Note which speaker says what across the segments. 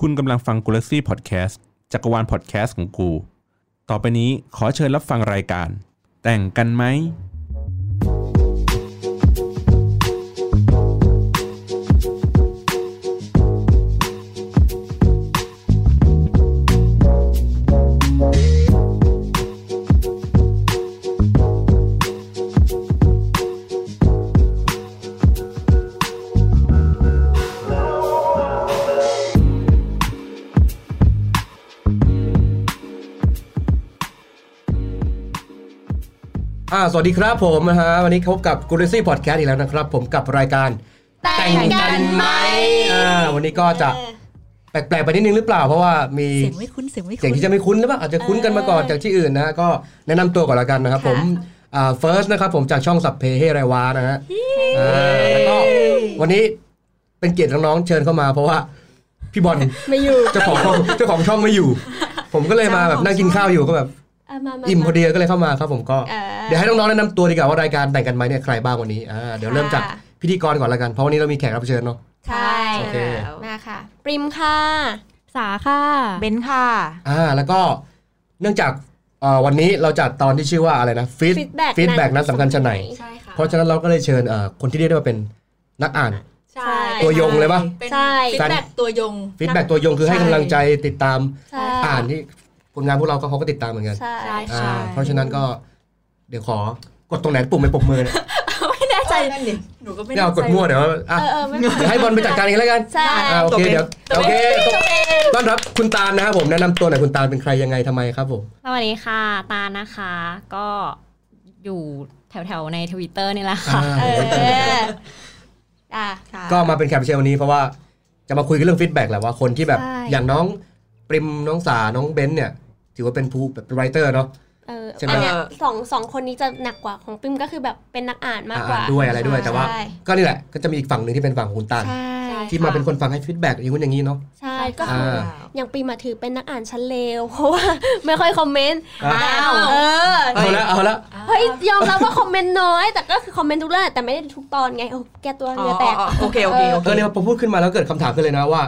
Speaker 1: คุณกำลังฟังกูลักซี่พอดแคสต์จักรวาลพอดแคสต์ของกู ต่อไปนี้ขอเชิญรับฟังรายการ แต่งกันไหม
Speaker 2: อ่าสวัสดีครับผมนะฮะวันนี้พบกับกูเลซี่พอดแคสต์อีกแล้วนะครับ ผมกับรายการ
Speaker 3: แต่งกันไหม
Speaker 2: อ่าวันนี้ก็จะแปลกๆไปนิดนึงหรือเปล่า เพราะว่ามี
Speaker 3: เสียงไม่คุ้นเสียงไม่
Speaker 2: เสีย
Speaker 3: คุ้
Speaker 2: ง
Speaker 3: น
Speaker 2: ที่จะไม่คุ้นหรือเปล่าอาจจะคุ้นกันมาก่อนจากที่อื่นนะก็แนะนำตัวก่อนละกันนะครับ
Speaker 3: ค่ะ
Speaker 2: ผมอ่าเฟิร์สนะครับผมจากช่องสับเพเฮไรวานะฮะอ่าแล้วก็วันนี้เป็นเกียรติน้องๆเชิญเข้ามา เพราะว่าพี่บอล
Speaker 4: ไม่อยู่
Speaker 2: เจ้าของช่องเจ้าของช่องไม่อยู่ ผมก็เลยมาแบบนั่งกินข้าวอยู่ก็แบบ
Speaker 4: ะาา
Speaker 2: อิ่มพอดีก็เลยเข้ามาครับผมก็
Speaker 3: เออ
Speaker 2: เดี๋ยวให้น้องๆแนะนำตัวดีกว่าว่ารายการแต่งกันไหมเนี่ยใครบ้างวันนี้อ่าเดี๋ยวเริ่มจาก
Speaker 4: ค่ะ
Speaker 2: พิธีกรก่อนละกันเพราะวันนี้เรามีแขกรับเชิญเนาะ
Speaker 3: ใช่
Speaker 2: โอเค
Speaker 3: แล้ว
Speaker 4: มาค่ะ
Speaker 3: ปริมค่ะ
Speaker 4: สาค่ะ
Speaker 3: เบนค่ะ
Speaker 2: อ่าแล้วก็เนื่องจากเอ่อวันนี้เราจัดตอนที่ชื่อว่าอะไรนะฟีด
Speaker 4: feedback
Speaker 2: ฟีดแบ็กนั้นสำคัญชนไหน
Speaker 4: ใช่ค่ะ
Speaker 2: เพราะฉะนั้นเราก็เลยเชิญเอ่อคนที่เรียกได้ว่าเป็นนักอ่าน
Speaker 4: ใช่
Speaker 2: ตัวยงเลยปะ
Speaker 4: ใช่
Speaker 5: ฟีดแบ็กตัวยง
Speaker 2: ฟีดแบ็กตัวยงคือให้กำลังใจติดตาม
Speaker 4: ใช่
Speaker 2: อ่านที่ผลงานพวกเราก็เขาก็ติดตามเหมือนกัน
Speaker 4: ใช่
Speaker 3: ใช่
Speaker 2: อ่าเพราะฉะนั้นก็เดี๋ยวขอกดตรงไหนปุ่มไปปุ่มมือเนี่ย
Speaker 4: ไม่แน่ใจ
Speaker 5: หนูก็ไม่
Speaker 2: ไม่เอากดมั่วเดี๋ยวอ่ะ
Speaker 4: เออเออไม่เป็นไร
Speaker 2: เดี๋ยวให้บอลไปจัดการเองแล้วกัน
Speaker 4: ใช่
Speaker 2: อ่าโอเคเดี๋ยวโอเคตบ ต้อนรับคุณตาลนะครับผมแนะนำตัวหน่อยคุณตาลเป็นใครยังไงทำไมครับผม
Speaker 6: สวัสดีค่ะ ตาลนะคะ ก็อยู่แถวๆในทวิตเตอร์นี่แหละค่ะ
Speaker 2: อ่า
Speaker 4: เอออ่ะ
Speaker 2: ก็มาเป็นแขกรับเชิญวันนี้เพราะว่าจะมาคุยกันเรื่องฟีดแบ็กแหละว่าคนที่แบบ
Speaker 4: ใช่
Speaker 2: อย่างน้องปริมน้องสาน้องเบนซ์เนี่ย ถือว่าเป็นผู้แบบไรเตอร์เนาะ
Speaker 4: เออ
Speaker 2: ใช่ไหม
Speaker 4: อันเนี้ยสองสองคนนี้จะหนักกว่าของปริมก็คือแบบเป็นนักอ่านมากกว่า
Speaker 2: อ่านด้วยอะไรด้วยแต่ว่า
Speaker 4: ใช่
Speaker 2: ก็นี่แหละก็จะมีอีกฝั่งหนึ่งที่เป็นฝั่งของคุณตาล
Speaker 4: ใช่
Speaker 2: ที่มาเป็นคนฟังให้ฟีดแบ็กอย่างนู้นอย่างนี้เนาะ
Speaker 4: ใช่ก็
Speaker 2: อ่
Speaker 4: คือา อย่างปริมมาถือเป็นนักอ่านชั้นเลวเพราะว่า ไม่ค่อยคอมเมนต์
Speaker 2: อ่ะ
Speaker 4: แต่เออ
Speaker 2: เอาละเอาละ
Speaker 4: เฮ้ยยอมรับว่าคอมเมนต์น้อย แต่ก็คือคอมเมนต์ทุกเรื่องแต่ไม่ได้ทุกตอนไงโอ้แกตัวเหงือแตก
Speaker 5: โอเค โอเค โอ
Speaker 2: เอ
Speaker 5: เค
Speaker 2: อเนี่ยพอพูดขึ้นมาแล้วเกิดคำถามขึ้นเลยนะว่า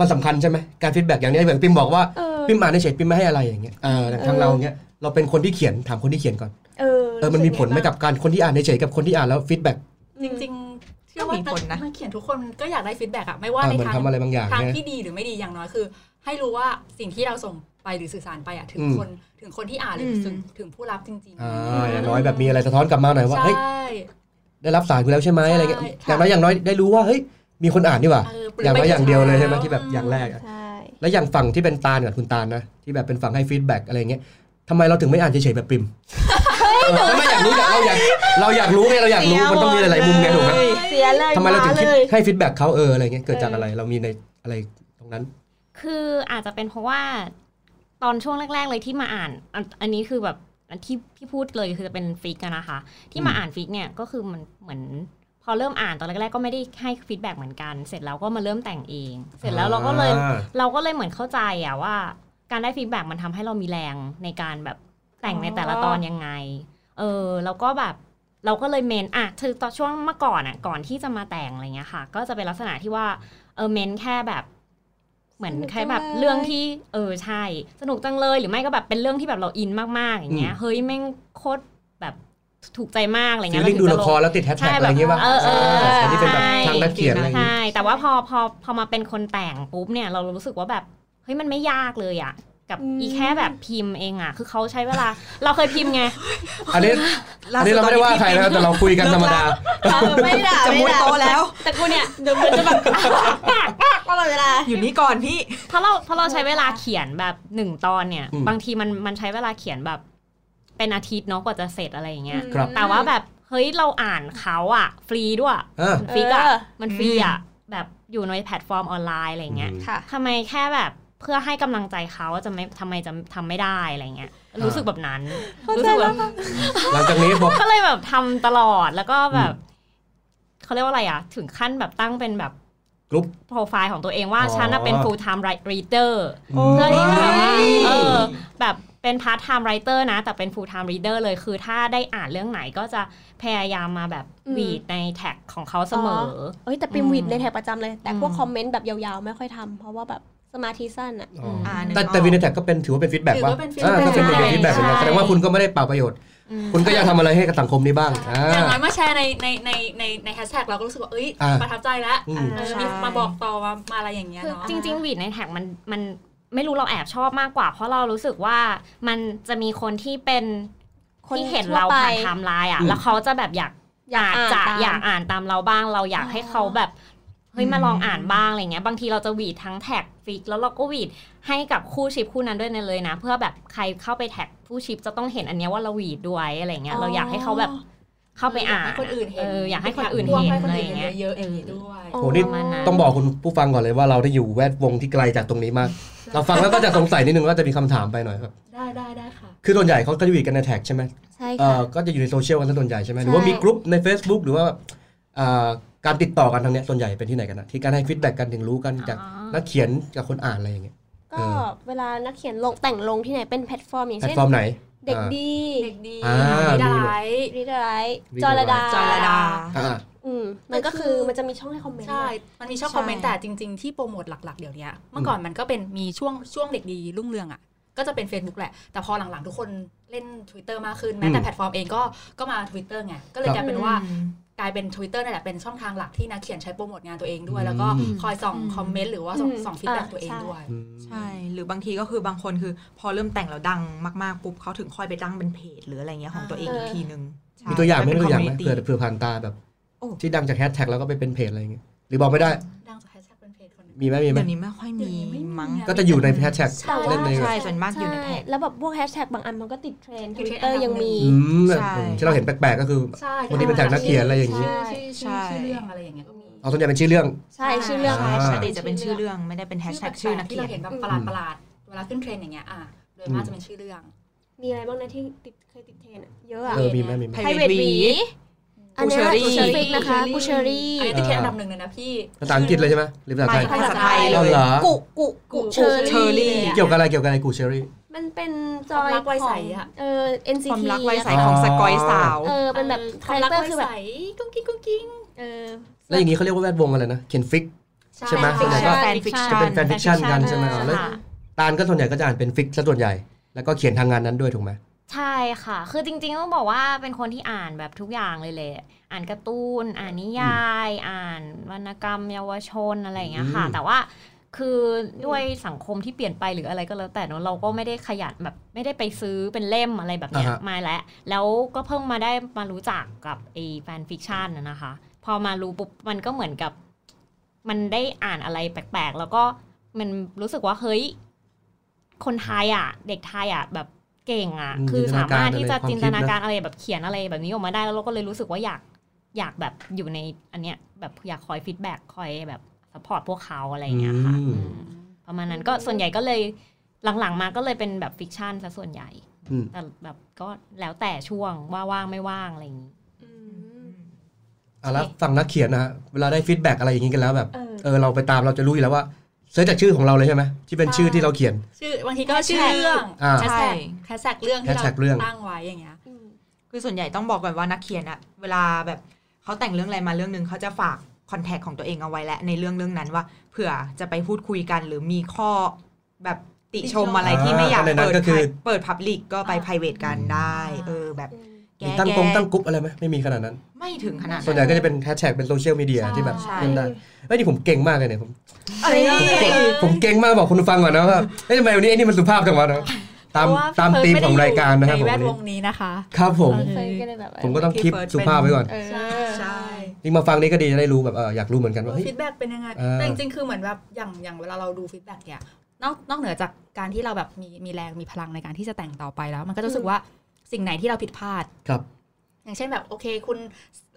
Speaker 2: มันสำคัญใช่ไหมการฟีดแบ็กอย่างเนี้ยแบบปริมบอกว่า
Speaker 4: เออ
Speaker 2: ปริมอ่านเฉยๆปริมไม่ให้อะไรอย่างเงี้ยเออทางเราเงี้ยเราเป็นคนที่เขียนถามคนที่เขียนก่อน
Speaker 4: เออ
Speaker 2: เออ มันมีผลไหมกับการคนที่อ่านเฉยๆกับคนที่อ่านแล้วฟีดแบ็ก
Speaker 5: จริงๆเชื่อว่านักเขียนทุกคนก็อยากได้ฟีดแบ็กอะไม่ว่าใน
Speaker 2: เหมือน
Speaker 5: ทาง
Speaker 2: ทำอะไรบางอย่าง
Speaker 5: ทาง
Speaker 2: เนี่ย
Speaker 5: ที่ดีหรือไม่ดีอย่างน้อยคือ ให้รู้ว่าสิ่งที่เราส่งไปหรือสื่อสารไปอะถึง
Speaker 2: อืม
Speaker 5: คนถึงคนที่อ่านหรืออ
Speaker 6: ม
Speaker 5: ถึงถึงผู้รับจริง
Speaker 2: อ่าอย่างน้อยแบบมีอะไรสะท้อนกลับมาหน่อยว่า
Speaker 5: ใช่
Speaker 2: เฮ้ย ได้รับสารกูแล้วใช่ไหมอะไรเงี้ย
Speaker 5: ใช่
Speaker 2: อ
Speaker 5: ค่ะ
Speaker 2: ย่างน้อยอย่างน้อยได้รู้ว่า เฮ้ย มีคนอ่านนี่หว่า
Speaker 5: เปลื
Speaker 2: อย่างน้อยอย่างเดียวเลยใช่ไหมที่แบบอย่างแรกอะ
Speaker 4: ใช่
Speaker 2: แล้วอย่างฝั่งที่เป็นตาลกับคุณตาลนะ ที่แบบเป็นฝั่งให้ฟีดแบ็กอะไรเงี้ยทำไมเราถึงไม่อ่านเฉยๆแบบปริมเออไม่อยากรู้อยากเราอยากเราอยากรู้ไงเราอยากรู้มันต้องมีหลายๆมุมไงถูกไหม
Speaker 4: เสียเลย
Speaker 2: ทำไมเราถึงคิด
Speaker 4: เลย
Speaker 2: ให้ฟีดแบ็กเขาเอออะไรเงี้ยเกิดจากอะไรเรามีในอะไรตรงนั้น
Speaker 6: คืออาจจะเป็นเพราะว่า ตอนช่วงแรก ๆ เลยที่มาอ่านอันอันนี้คือแบบอันที่ที่พูดเลยคือจะเป็นฟิกอะนะคะ ที่มา
Speaker 2: อืม
Speaker 6: อ่านฟิกเนี่ยก็คือมันเหมือน พอเริ่มอ่านตอนแรก ๆ ก็ไม่ได้ให้ฟีดแบ็กเหมือนกัน เสร็จแล้วก็มาเริ่มแต่งเอง เสร็จแล้วเราก็เลย
Speaker 2: อ่า
Speaker 6: เราก็เลยเหมือนเข้าใจอะว่า การได้ฟีดแบ็กมันทำให้เรามีแรงในการแบบแต่งในแต่ละตอนยังไง เออแล้วก็แบบเราก็เลยเมนอะคือตอนช่วงเมื่อก่อนอะก่อนที่จะมาแต่งอะไรเงี้ยค่ะ ก็จะเป็นลักษณะที่ว่าเออเมนแค่แบบ เหมือนแค่แบบเรื่องที่เออใช่ สนุกจังเลยหรือไม่ก็แบบเป็นเรื่องที่แบบเราอินมากๆอย่างเงี้ยเฮ้ยแม่งโคตรแบบถูกใจมากอะไรเงี้
Speaker 2: ฟี
Speaker 6: ย
Speaker 2: ลลิ่ง
Speaker 6: เรา
Speaker 2: ดู
Speaker 6: ถึงจะ
Speaker 2: ละ
Speaker 6: ล
Speaker 2: ค
Speaker 6: ง
Speaker 2: รแล้วติดแฮชแท็ก
Speaker 6: ใช่
Speaker 2: อะไรอย่างเงี้ยป่ะ
Speaker 6: เออเออเออ
Speaker 2: อันนี้เป็นแบบ
Speaker 6: ใช่
Speaker 2: ทางนักเขียนอะไรอย่างเงี้ย
Speaker 6: ใช่แต่ว่าพอพอพอมาเป็นคนแต่งปุ๊บเนี่ยเรารู้สึกว่าแบบเฮ้ยมันไม่ยากเลยอะกับอีแค่แบบพิมพ์เองอะคือเขาใช้เวลา เราเคยพิมพ์ไง
Speaker 2: อันนี้อันนี้เราไม่ได้ว่าใครนะครับแต่เราคุยกันธรรมดา
Speaker 4: ไม่ด่า
Speaker 5: จะมุดโตแล้ว
Speaker 4: แต่กูเนี่ยเดี๋ยวมันจะแบบตลอดเวลา
Speaker 5: อยู่นี่ก่อนพี่
Speaker 6: เพราะเราเพราะเราใช้เวลาเขียนแบบหนึ่งตอนเนี่ย
Speaker 2: อืม
Speaker 6: บางทีมันมันใช้เวลาเขียนแบบ เป็นอาทิตย์เนาะกว่าจะเสร็จอะไรอย่างเงี้ย
Speaker 2: ครับ
Speaker 6: แต่ว่าแบบเฮ้ยเราอ่านเขาอะฟรีด้วย
Speaker 2: อ่ะ
Speaker 6: มันฟรีอะ
Speaker 4: เออ
Speaker 6: มันฟรีอะแบบอยู่ในแพลตฟอร์มออนไลน์อะไรอย่างเงี้ย
Speaker 4: ค่ะ
Speaker 6: ทำไมแค่แบบเพื่อให้กำลังใจเขาจะไม่ทำไมจะทำไม่ได้อะไรเงี้ย
Speaker 2: อ่ารู้
Speaker 6: รู้สึกแบบนั้น รู้สึกแบบ
Speaker 2: หลังจากนี้พอ
Speaker 6: ก็เลยแบบทำตลอดแล้วก็แบบเขาเรียกว่าอะไรอ่ะ ถึงขั้นแบบตั้งเป็นแบบ
Speaker 2: กรุ๊ป
Speaker 6: โปรไฟล์ของตัวเองว่า
Speaker 2: อ๋อ
Speaker 6: ฉันน่ะเป็น full time reader
Speaker 2: อืม
Speaker 6: เพื่อที่จะแบบว่าเออแบบ เป็นพาร์ทไทม์ไรเตอร์นะ แต่เป็นฟูลไทม์รีเดอร์เลยคือถ้าได้อ่านเรื่องไหนก็จะพยายามมาแบบ
Speaker 4: อืม
Speaker 6: วีดในแท็กของเขาเสมออ
Speaker 4: เอ้ยแต่ปิมวิดในแท็กประจำเลย แต่พวก
Speaker 6: อืม
Speaker 4: คอมเมนต์แบบยาวๆ ไม่ค่อยทำเพราะว่าแบบสมาธิสั้นอะ
Speaker 2: อ๋อ
Speaker 7: อ่านึกอ
Speaker 2: แต่
Speaker 7: อก
Speaker 2: แต่วินแท็กก็เป็นถือว่าเป็นฟีดแบ็ก
Speaker 5: ถือ
Speaker 2: ว่า
Speaker 5: ว่าเป็น
Speaker 2: อ่า
Speaker 5: feedback
Speaker 2: ก็เป็นเป็นฟีดแบ็กเหมือนกัน
Speaker 6: ใช่
Speaker 2: แสดงว่าคุณก็ไม่ได้เปล่าประโยชน์
Speaker 6: อืม
Speaker 2: คุณก็ยังทำอะไรให้กับสังคมนี้บ้างอ่า
Speaker 5: อย่างน้อยมาแชร์ในในในในในแฮชแท็กเราก็รู้สึกว่าเอ้ย
Speaker 2: อ่า
Speaker 5: ประทับใจแล้ว
Speaker 2: อืม
Speaker 5: เออ
Speaker 7: ใช่
Speaker 5: มีมาบอกต่อมามาอะไรอย่างเงี้ย
Speaker 6: คือ
Speaker 5: เนาะ
Speaker 6: จริงๆวีดในแท็กมันมันไม่รู้เราแอบชอบมากกว่า เพราะเรารู้สึกว่ามันจะมีคนที่เป็น
Speaker 4: คน
Speaker 6: ที่เห็นเราผ่าน
Speaker 4: ทั่วไป
Speaker 6: ไทม์ไลน์อ่ะ
Speaker 2: อืม
Speaker 6: แล้วเขาจะแบบอยาก
Speaker 4: อยาก
Speaker 6: จะ
Speaker 4: อ่านตาม
Speaker 6: อยากอ่านตามเราบ้างเราอยาก
Speaker 4: อ๋อ
Speaker 6: ให้เขาแบบเฮ้ยมาลองอ่านบ้างอะไรเงี้ยบางทีเราจะหวีดทั้งแท็กฟิกแล้วเราก็หวีดให้กับคู่ชิปคู่นั้นด้วยนะเลยนะ เพื่อแบบใครเข้าไปแท็กคู่ชิปจะต้องเห็นอันเนี้ยว่าเราหวีดด้วยอะไรเงี้ยเราอยากให้เขาแบบเข้าไปอ่าน
Speaker 5: ให้คนอื่นเห็น
Speaker 6: อออยากให้คนอื่นเห็น
Speaker 5: ให้ค
Speaker 6: อะไร
Speaker 5: อื่น
Speaker 6: เงี้ย
Speaker 5: เยอะๆอย่างนี้ด้วย
Speaker 2: โหนี่
Speaker 6: ประมาณนั้น
Speaker 2: ต้องบอกคุณผู้ฟังก่อนเลยว่าเราได้อยู่แวดวงที่ไกลจากตรงนี้มาก เราฟังแล้วก็จะสงสัยนิดนึงว่าจะมีคำถามไปหน่อยครับ
Speaker 5: ได้ได้ได้ค่ะ
Speaker 2: คือส่วนใหญ่เขาก็จะอยู่กันในแท็กใช่ไหม
Speaker 4: ใช่
Speaker 2: เอ่
Speaker 4: ค่ะ
Speaker 2: อก็จะอยู่ในโซเชียลกันซะส่วนใหญ่ใช่ไหม
Speaker 4: ใช่
Speaker 2: หรือว่ามีกลุ่มใน Facebook หรือว่าเอ่อการติดต่อกันทางเนี้ยส่วนใหญ่เป็นที่ไหนกันนะที่การให้ฟีดแบ็กกันถึงรู้กันจาก
Speaker 6: อ๋อ
Speaker 2: นักเขียนกับคนอ่านอะไรอย่างเงี้ย เอ
Speaker 4: ก็
Speaker 2: อ
Speaker 4: เวลานักเขียนลงแต่งลงที่ไหนเป็นแพลตฟอร์มอย่าง
Speaker 2: แพล
Speaker 4: เช่
Speaker 2: ต
Speaker 4: น
Speaker 2: ฟอร์มไหน
Speaker 4: เด็กดี
Speaker 5: เด็กดี
Speaker 2: อ่า
Speaker 5: นิดา
Speaker 2: มีหมด
Speaker 5: ไลท์
Speaker 4: รีดไร
Speaker 2: รีด
Speaker 4: จอ
Speaker 2: อะไร
Speaker 4: ระดา
Speaker 7: จอยระดา
Speaker 2: อ่า
Speaker 4: อืมมันก็คือมันจะมีช่องให้คอมเมนต์
Speaker 5: ใช่ มันมีช่อง
Speaker 4: ใช่
Speaker 5: คอมเมนต์แต่จริง ๆ ที่โปรโมทหลัก ๆ เดี๋ยวเนี้ยเมื่อก่อนมันก็เป็นมีช่วงช่วงเด็กดีรุ่งเรืองอ่ะ ก็จะเป็น Facebook แหละ แต่พอหลัง ๆ ทุกคนเล่น Twitter มากขึ้น แม้แต่
Speaker 2: อืม
Speaker 5: แพลตฟอร์มเองก็ก็มา Twitter ไง ก็เลย
Speaker 2: ครับ
Speaker 5: กลายเป็นว่ากลายเป็น Twitter นั่นแหละเป็นช่องทางหลักที่นักเขียนใช้โปรโมทงานตัวเองด้วย แล้วก็
Speaker 2: อืม
Speaker 5: คอยส่อง
Speaker 7: อืม
Speaker 5: คอมเมนต์หรือว่าส่อง
Speaker 4: อืม
Speaker 5: ส่องฟีดแบ็ก
Speaker 4: อ่า
Speaker 5: ตัวเอง
Speaker 4: ใช่
Speaker 5: ด้วย
Speaker 2: อืม
Speaker 7: ใช่ หรือบางทีก็คือบางคนคือพอเริ่มแต่งแล้วดังมากๆปุ๊บเขาถึงค่อยไปตั้งเป็นเพจหรืออะไรเงี้ยของตัวเองอีกทีนึงใช่
Speaker 2: มีตัวอย่างไหมมีตั
Speaker 7: เป็น
Speaker 2: วอย่างไหม
Speaker 7: community
Speaker 2: เผื่อเผื่อผ่านตาแบบ
Speaker 7: โอ้
Speaker 2: ที่ดังจากแฮชแท็กแล้วก็ไปเป็นเพจอะไรอย่างเงี้ยหรือบอกไม่ได้
Speaker 5: ดังจากแฮชแท็กเป็นเพจคนหนึ่ง
Speaker 2: มีไหมมีไหม
Speaker 7: เดี๋ยวนี้ไม่ค่อยมี
Speaker 5: เดี๋ยวนี้ไม่มี
Speaker 7: มั้ง
Speaker 5: อะ
Speaker 2: ก็จะอยู่ในแฮชแท็ก
Speaker 7: ใช่
Speaker 2: เล่นใน
Speaker 7: ใช่ส่วนมากอยู่ในแท็ก
Speaker 4: ช่แล้วแบบพวกแฮชแท็กบางอันมันก็ติดเทรนด์
Speaker 5: ติ
Speaker 4: ท
Speaker 5: ด
Speaker 4: วิ
Speaker 5: เท
Speaker 4: ต
Speaker 5: รนด์
Speaker 4: เตอร์ยังมี
Speaker 2: อืม
Speaker 7: ใช่
Speaker 2: ที่เราเห็นแปลกๆก็คือ
Speaker 5: ใช่
Speaker 2: วันนี้เป็นจากนักเขียนอะไรอย่างงี้
Speaker 5: นี้ชื่อ
Speaker 7: ใช่
Speaker 5: ชื่อชื่อเรื่องอะไรอย่างเงี้ยก็มี
Speaker 2: เอาส่วนใหญ่เป็นชื่อเรื่อง
Speaker 4: ใช่ชื่อเรื่อง
Speaker 7: ใช่
Speaker 2: อ่า
Speaker 7: ปกติจะเป็นชื่อเรื่องไม่ได้เป็นแฮชแท็กชื่อนัก
Speaker 5: ที่
Speaker 7: เขีย
Speaker 5: เรา
Speaker 7: น
Speaker 5: เห็นแบบประหลาดประหลาดๆเวลาขึ้นเทรนด์อย่างเงี้ยอ่ะโดยมากจะเป็นชื่อเรื่อง
Speaker 4: มีอะไรบ้างนะที่ติดเคยติดเทรนด์อะเยอะอะ
Speaker 2: เออมีไหมมีไหม
Speaker 7: ไพร
Speaker 4: ไพรเว
Speaker 7: Private
Speaker 4: ทวี
Speaker 7: Bee
Speaker 4: อันเ
Speaker 7: Boucherie
Speaker 4: นี้ยกูเชอรี่นะคะกูเชอรี่
Speaker 5: อันนี้ติดเทรนด์อันดับหนึ่งเลยนะพี่
Speaker 2: ภาษาอังกฤษเลยใช่ไหมหรือภาษาไทย
Speaker 7: ภาษาไทยเล
Speaker 2: เอา
Speaker 7: ย
Speaker 2: เหรอ
Speaker 4: กุกุกุเชอ
Speaker 5: เชอรี่
Speaker 4: รี่
Speaker 2: เกี่ยวกับอะไรเกี่ยวกับอะไรกูเชอรี่
Speaker 4: มันเป็นจ
Speaker 5: ค
Speaker 4: อ
Speaker 5: วาม
Speaker 4: ย
Speaker 5: รักวัยใสอะ
Speaker 4: เออ NCT
Speaker 7: ความรักไว้ใส
Speaker 2: อ๋อ
Speaker 7: ของสกอยสาว
Speaker 4: เออเป็นแบบคาแรคเตอร์คือแบบ
Speaker 5: วามกไว้ใสกุ้งกิ้งกุ้งกิ้ง
Speaker 4: เออ
Speaker 2: แล้วอย่างนี้เขาเรียกว่าแวดวงอะไรนะเขียนฟิก ใช่ไหมส่วนใหญ่ก็
Speaker 6: แฟน
Speaker 7: fanfiction
Speaker 2: จะเป็น fanfiction กันใช่ไหม
Speaker 4: อ่า
Speaker 2: แล้ว
Speaker 6: ค่ะ
Speaker 2: ตานก็ส่วนใหญ่ก็จะอ่านเป็นฟิกซะส่วนใหญ่ แล้วก็เขียนทางงานนั้นด้วยถูกไหม
Speaker 6: ใช่ค่ะ คือจริงๆต้องบอกว่าเป็นคนที่อ่านแบบทุกอย่างเลยแหละ อ่านการ์ตูน อ่านนิยาย อ่านวรรณกรรมเยาวชนอะไรอย่างเงี้ยค่ะ
Speaker 2: อืม
Speaker 6: แต่ว่าคือด้วยสังคมที่เปลี่ยนไปหรืออะไรก็แล้วแต่เนอะเราก็ไม่ได้ขยันแบบไม่ได้ไปซื้อเป็นเล่มอะไรแบบเนี้ยมาแล้ว แล้วก็เพิ่งมาได้มารู้จักกับไอ้แฟนฟิกชันนะนะคะ พอมารู้ปุ๊บมันก็เหมือนกับ มันได้อ่านอะไรแปลกๆ แล้วก็มันรู้สึกว่าเฮ้ย คนไทยอ่ะ เด็กไทยอ่ะแบบเก่งอ่ะ
Speaker 2: อืม
Speaker 6: คือสามารถ
Speaker 2: จิ
Speaker 6: ที่
Speaker 2: นต
Speaker 6: จะ
Speaker 2: นาการอะไร
Speaker 6: จินตนา
Speaker 2: ความคิดนะ
Speaker 6: การอะไรแบบเขียนอะไรแบบนี้ออกมาได้แล้วเราก็เลยรู้สึกว่าอยากอยากแบบอยู่ในอันเนี้ยแบบอยากคอยฟีดแบ็กคอยแบบสปอร์ตพวกเขาอะไรอย่างเงี้ยค่ะ
Speaker 2: อืม
Speaker 6: อืมประมาณนั้นก็ส่วนใหญ่ก็เลยหลังๆมาก็เลยเป็นแบบฟิกชันซะส่วนใหญ่
Speaker 2: อืม
Speaker 6: แต่แบบก็แล้วแต่ช่วงว่าว่างไม่ว่างอะไรอย่างนี้
Speaker 2: อ่ะแล้วฝั่งนักเขียนนะฮะเวลาได้ฟีดแบ็กอะไรอย่างนี้กันแล้วแบบ
Speaker 4: เออ
Speaker 2: เออเราไปตามเราจะรู้อยู่แล้วว่าเสิร์ชจากชื่อของเราเลยใช่ไหมที่เป็นชื่อที่เราเขียน
Speaker 5: ชื่อบางทีก็ชื่อเรื่อง
Speaker 2: อ่า
Speaker 5: แฮช
Speaker 7: ใช่
Speaker 5: แท็กแฮชแท็กเรื่องที่เรา
Speaker 2: hashtag เรื่อง
Speaker 5: ตั้งไว้อย่างเงี้ย
Speaker 4: อืม
Speaker 7: คือส่วนใหญ่ต้องบอกก่อนว่านักเขียนอะเวลาแบบเขาแต่งเรื่องอะไรมาเรื่องหนึ่งเขาจะฝากคอนแทคของตัวเองเอาไว้และในเรื่องเรื่องนั้นว่าเผื่อจะไปพูดคุยกันหรือมีข้อแบบติชมอะไรที่ไม่อยาก
Speaker 2: อ่าในนั้
Speaker 7: เปิ
Speaker 2: น
Speaker 7: ด
Speaker 2: ก็คือ
Speaker 7: เปิดพับลิกก็ไป
Speaker 5: อ่า
Speaker 7: ไพรเวทกันได้ เออแบบแก้
Speaker 2: มีตั้ง
Speaker 7: แก้
Speaker 2: กงตั้งกรุ๊ปอะไรไหมไม่มีขนาดนั้น
Speaker 7: ไม่ถึงขนาด
Speaker 2: ส่วนใหญ่ก็จะเป็นแฮชแท็กเป็นโซเชียลมีเดียที่แบบ
Speaker 7: ใช่
Speaker 2: เล่นได้เฮ้ยนี่ผมเก่งมากเลยเนี่ยผม
Speaker 7: เอ้ย
Speaker 2: ผมเก่งมากบอกคุณผู้ฟังก่อนนะว่าเฮ้ยทำไมวันนี้ไอ้นี่มันสุภาพจังวะนะตาม
Speaker 5: เพระว่
Speaker 2: ตาม
Speaker 5: เฟิ
Speaker 2: ธีม
Speaker 5: ไได้
Speaker 2: ของรายการนะครับผม
Speaker 5: ในแว
Speaker 2: วั
Speaker 5: ด
Speaker 2: น
Speaker 5: ว
Speaker 2: นี้
Speaker 5: งนี้นะคะ
Speaker 2: ครับผม
Speaker 4: เคยก็เลยแบบว่า
Speaker 2: ผมก็ต้องคลิปสุภาพไว้ก่อน
Speaker 4: เออ
Speaker 5: ใช่
Speaker 7: ใช่
Speaker 5: ใช่
Speaker 2: ยิ่งมาฟังนี่ก็ดีจะได้รู้แบบเอออยากรู้เหมือนกันว่าเฮ้ย
Speaker 5: ฟีดแบ็กเป็นยังไง
Speaker 2: เออ
Speaker 5: แต่จริงๆคือเหมือนแบบอย่างอย่างเวลาเราดูฟีดแบ็กเนี่ยนอกนอกเหนือจากการที่เราแบบมีมีแรงมีพลังในการที่จะแต่งต่อไปแล้ว มันก็จะรู้สึกว่าสิ่งไหนที่เราผิดพลาด
Speaker 2: ครับ
Speaker 5: อย่างเช่นแบบโอเคคุณ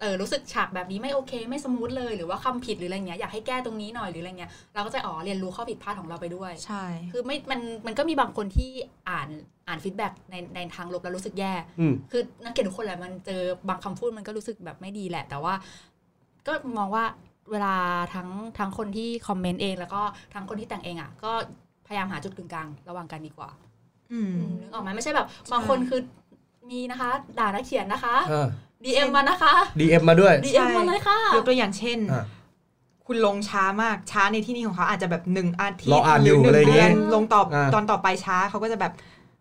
Speaker 5: เออรู้สึกฉากแบบนี้ไม่โอเค ไม่สมูทเลยหรือว่าคำผิดหรืออะไรเงี้ยอยากให้แก้ตรงนี้หน่อยหรืออะไรเงี้ยเราก็จะอ๋อเรียนรู้ข้อผิดพลาดของเราไปด้วย
Speaker 7: ใช่
Speaker 5: คือไม่มันมันก็มีบางคนที่อ่านอ่านฟีดแบ็กในในทางลบแล้วรู้สึกแย่
Speaker 2: อืม
Speaker 5: คือนักเขียนทุกคนแหละมันเจอบางคำพูดมันก็รู้สึกแบบไม่ดีแหละ แต่ว่า ก็มองว่าเวลาทั้งทั้งคนที่คอมเมนต์เอง แล้วก็ทั้งคนที่แต่งเองอ่ะก็พยายามหาจุดกึ่งกลางระหว่างกันดีกว่า
Speaker 7: อืม
Speaker 5: นึกออกไหมไม่ใช่แบบบางคนคือมีนะคะ ด่านักเขียนนะคะ
Speaker 2: อ่า
Speaker 5: DM มานะคะ
Speaker 2: DM มาด้วย
Speaker 5: DM มาเลยค่ะ
Speaker 7: ยกตัวอย่างเช่น
Speaker 2: อ่ะ
Speaker 7: คุณลงช้ามากช้าในที่นี้ของเขาอาจจะแบบหนึ่งอาทิต
Speaker 2: รอ
Speaker 7: ย์
Speaker 2: อ่าน
Speaker 7: ห
Speaker 2: อยู่
Speaker 7: รือหนึ่
Speaker 2: อะไร
Speaker 7: ง
Speaker 2: อย่างเงี้
Speaker 7: เดือย นลงต่ออา ตอนต่อไปช้าเขาก็จะแบบ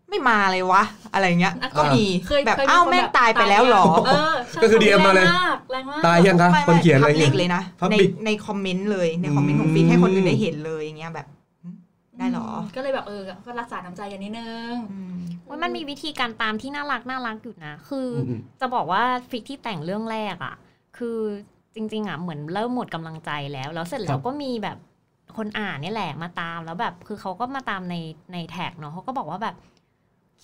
Speaker 7: ไม่มาเลยวะ อะไรเงี้ย
Speaker 5: อ่ะ
Speaker 7: ก็มี
Speaker 5: เคย
Speaker 7: แบบ
Speaker 5: เคย
Speaker 7: อ้าว
Speaker 5: คน
Speaker 7: แม่งตายไปแล้วเหรอ
Speaker 5: เออใช่
Speaker 2: ก็คือ
Speaker 5: ขง
Speaker 2: DM มาเลย
Speaker 5: แรงกแรงมาก
Speaker 2: ตายยังคะ
Speaker 7: ไม่ไม่
Speaker 2: คนเขียนอะไร
Speaker 7: พับลิ
Speaker 2: เงี้
Speaker 7: กเลย ยนะ ใน
Speaker 2: Public
Speaker 7: ในคอมเมนต์เลยในคอมเมนต์ของฟีดให้คนอื่นได้เห็นเลยอย่างเงี้ยแบบหึได้เหรอ
Speaker 5: มก็เลยแบบเออก็รักษาน้ำใจกันนิดนึง
Speaker 7: อืม
Speaker 6: ว่ามันมีวิธีการตามที่น่ารักน่ารักอยู่นะ คืออ
Speaker 2: ม
Speaker 6: จะบอกว่าฟิกที่แต่งเรื่องแรกอะ่ะ คือจริงๆอะ่ะเหมือนเริ่มหมดกำลังใจแล้ว แล้วเสร็จแล้วก็มีแบบคนอ่านเนี่ยแหละมาตามแล้วแบบ คือเขาก็มาตามในในแท็กเนาะเขาก็บอกว่าแบบ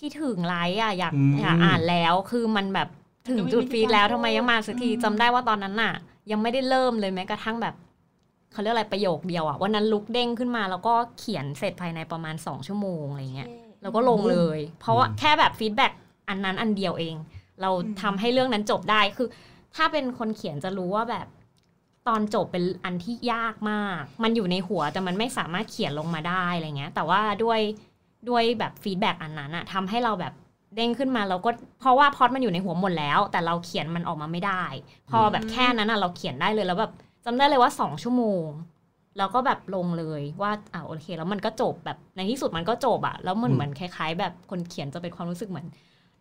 Speaker 6: คิดถึงไลค์อ่ะอยาก
Speaker 2: อืม
Speaker 6: อยากอ่านแล้วคือมันแบบถึงจุดฟีกแล้วทำไมยังมาสักที
Speaker 5: อืม
Speaker 6: จำได้ว่าตอนนั้นน่ะ ยังไม่ได้เริ่มเลยแม้กระทั่งแบบเขาเรียกอะไรประโยคเดียวอะ่ะวันนั้นลุกเด้งขึ้นมาแล้วก็เขียนเสร็จภายในประมาณสองชั่วโมงอะไรเงี้ย แล้วก็ลงเลย เพราะว่าแค่แบบฟีดแบ็กอันนั้นอันเดียวเอง เรา
Speaker 7: อืม
Speaker 6: ทำให้เรื่องนั้นจบได้คือ ถ้าเป็นคนเขียนจะรู้ว่าแบบ ตอนจบเป็นอันที่ยากมาก มันอยู่ในหัวแต่มันไม่สามารถเขียนลงมาได้อะไรเงี้ย แต่ว่าด้วยด้วยแบบฟีดแบ็กอันนั้นอะทำให้เราแบบเด้งขึ้นมาเราก็เพราะว่าพล็อดมันอยู่ในหัวหมดแล้ว แต่เราเขียนมันออกมาไม่ได้ พอแบบแค่นั้นอะเราเขียนได้เลยแล้วแบบจำได้เลยว่าสองชั่วโมง แล้วก็แบบลงเลยว่าอ่าโอเค แล้วมันก็จบแบบในที่สุดมันก็จบอะแล้วมัน
Speaker 2: อืม
Speaker 6: เหมือนคล้าย ๆ แบบคนเขียนจะเป็นความรู้สึกเหมือน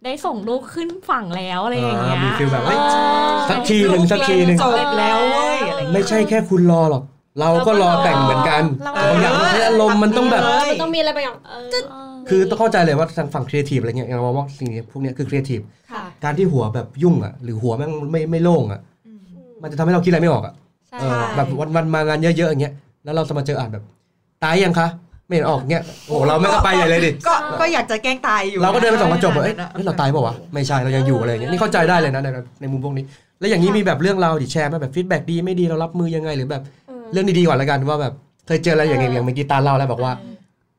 Speaker 6: ได้ส่งลูกขึ้นฝั่งแล้วอะไรอย่างเงี้ย
Speaker 2: มีฟีลแบบเฮ้ย
Speaker 6: เออ
Speaker 2: สักทีหนึ่งสักทีหนึ่ง
Speaker 7: จบแล้วเว้ยอะไรเงี้ย
Speaker 2: ไม่ใช่แค่คุณรอหรอก เราก็รอแต่งเหมือนกัน
Speaker 6: เราก็
Speaker 2: แต่บางอย่าง
Speaker 6: รอ
Speaker 2: มันใช้อารมณ์มันต้องแบบ
Speaker 7: เ
Speaker 4: มันต้องมีอะไรไปอย่างเออ
Speaker 6: เออ
Speaker 2: คือต้องเข้าใจเลยว่าทางฝั่งครีเอทีฟอะไรเงี้ยอย่างเรามองว่าสิ่งนี้พวกเนี้ยคือครีเอทีฟ
Speaker 5: ค่ะ
Speaker 2: การที่หัวแบบยุ่งอ่ะหรือหัวแม่งไม่ไม่โล่งอ่ะ
Speaker 7: อืม
Speaker 2: มันจะทำให้เราคิดอะไรไม่ออกอ่ะ
Speaker 5: ใช่
Speaker 2: เออแบบวันวันมางานเยอะๆอย่างเงี้ยแล้วเราจะมาเจออ่านแบบ ตายยังคะ ไม่เห็นออกเงี้ยโอ้โหเราไม่ก็ไปใหญ่เลยดิ
Speaker 7: ก็ก็อยากจะแกล้งตายอยู่
Speaker 2: เราก็เดินไปส่องกระจก
Speaker 7: เล
Speaker 2: ว่าเอ้ยเฮ้ยเราตายเปล่าวะ ไม่ใช่ เรายังอยู่อะไรอย่างเงี้ย นี่เข้าใจได้เลยนะในในมุมพวกนี้ แล้วอย่างนี้มีแบบเรื่องราวที่แชร์ไหมาแบบฟีดแบ็ดีไม่ดีเรารับมือยังไงหรือแบบเรื่องดีๆก่อนละกันว่าแบบเคยเจออะไรอย่างเงี้ยอย่างเมื่อกี้ตาเล่าแล้วบอกว่า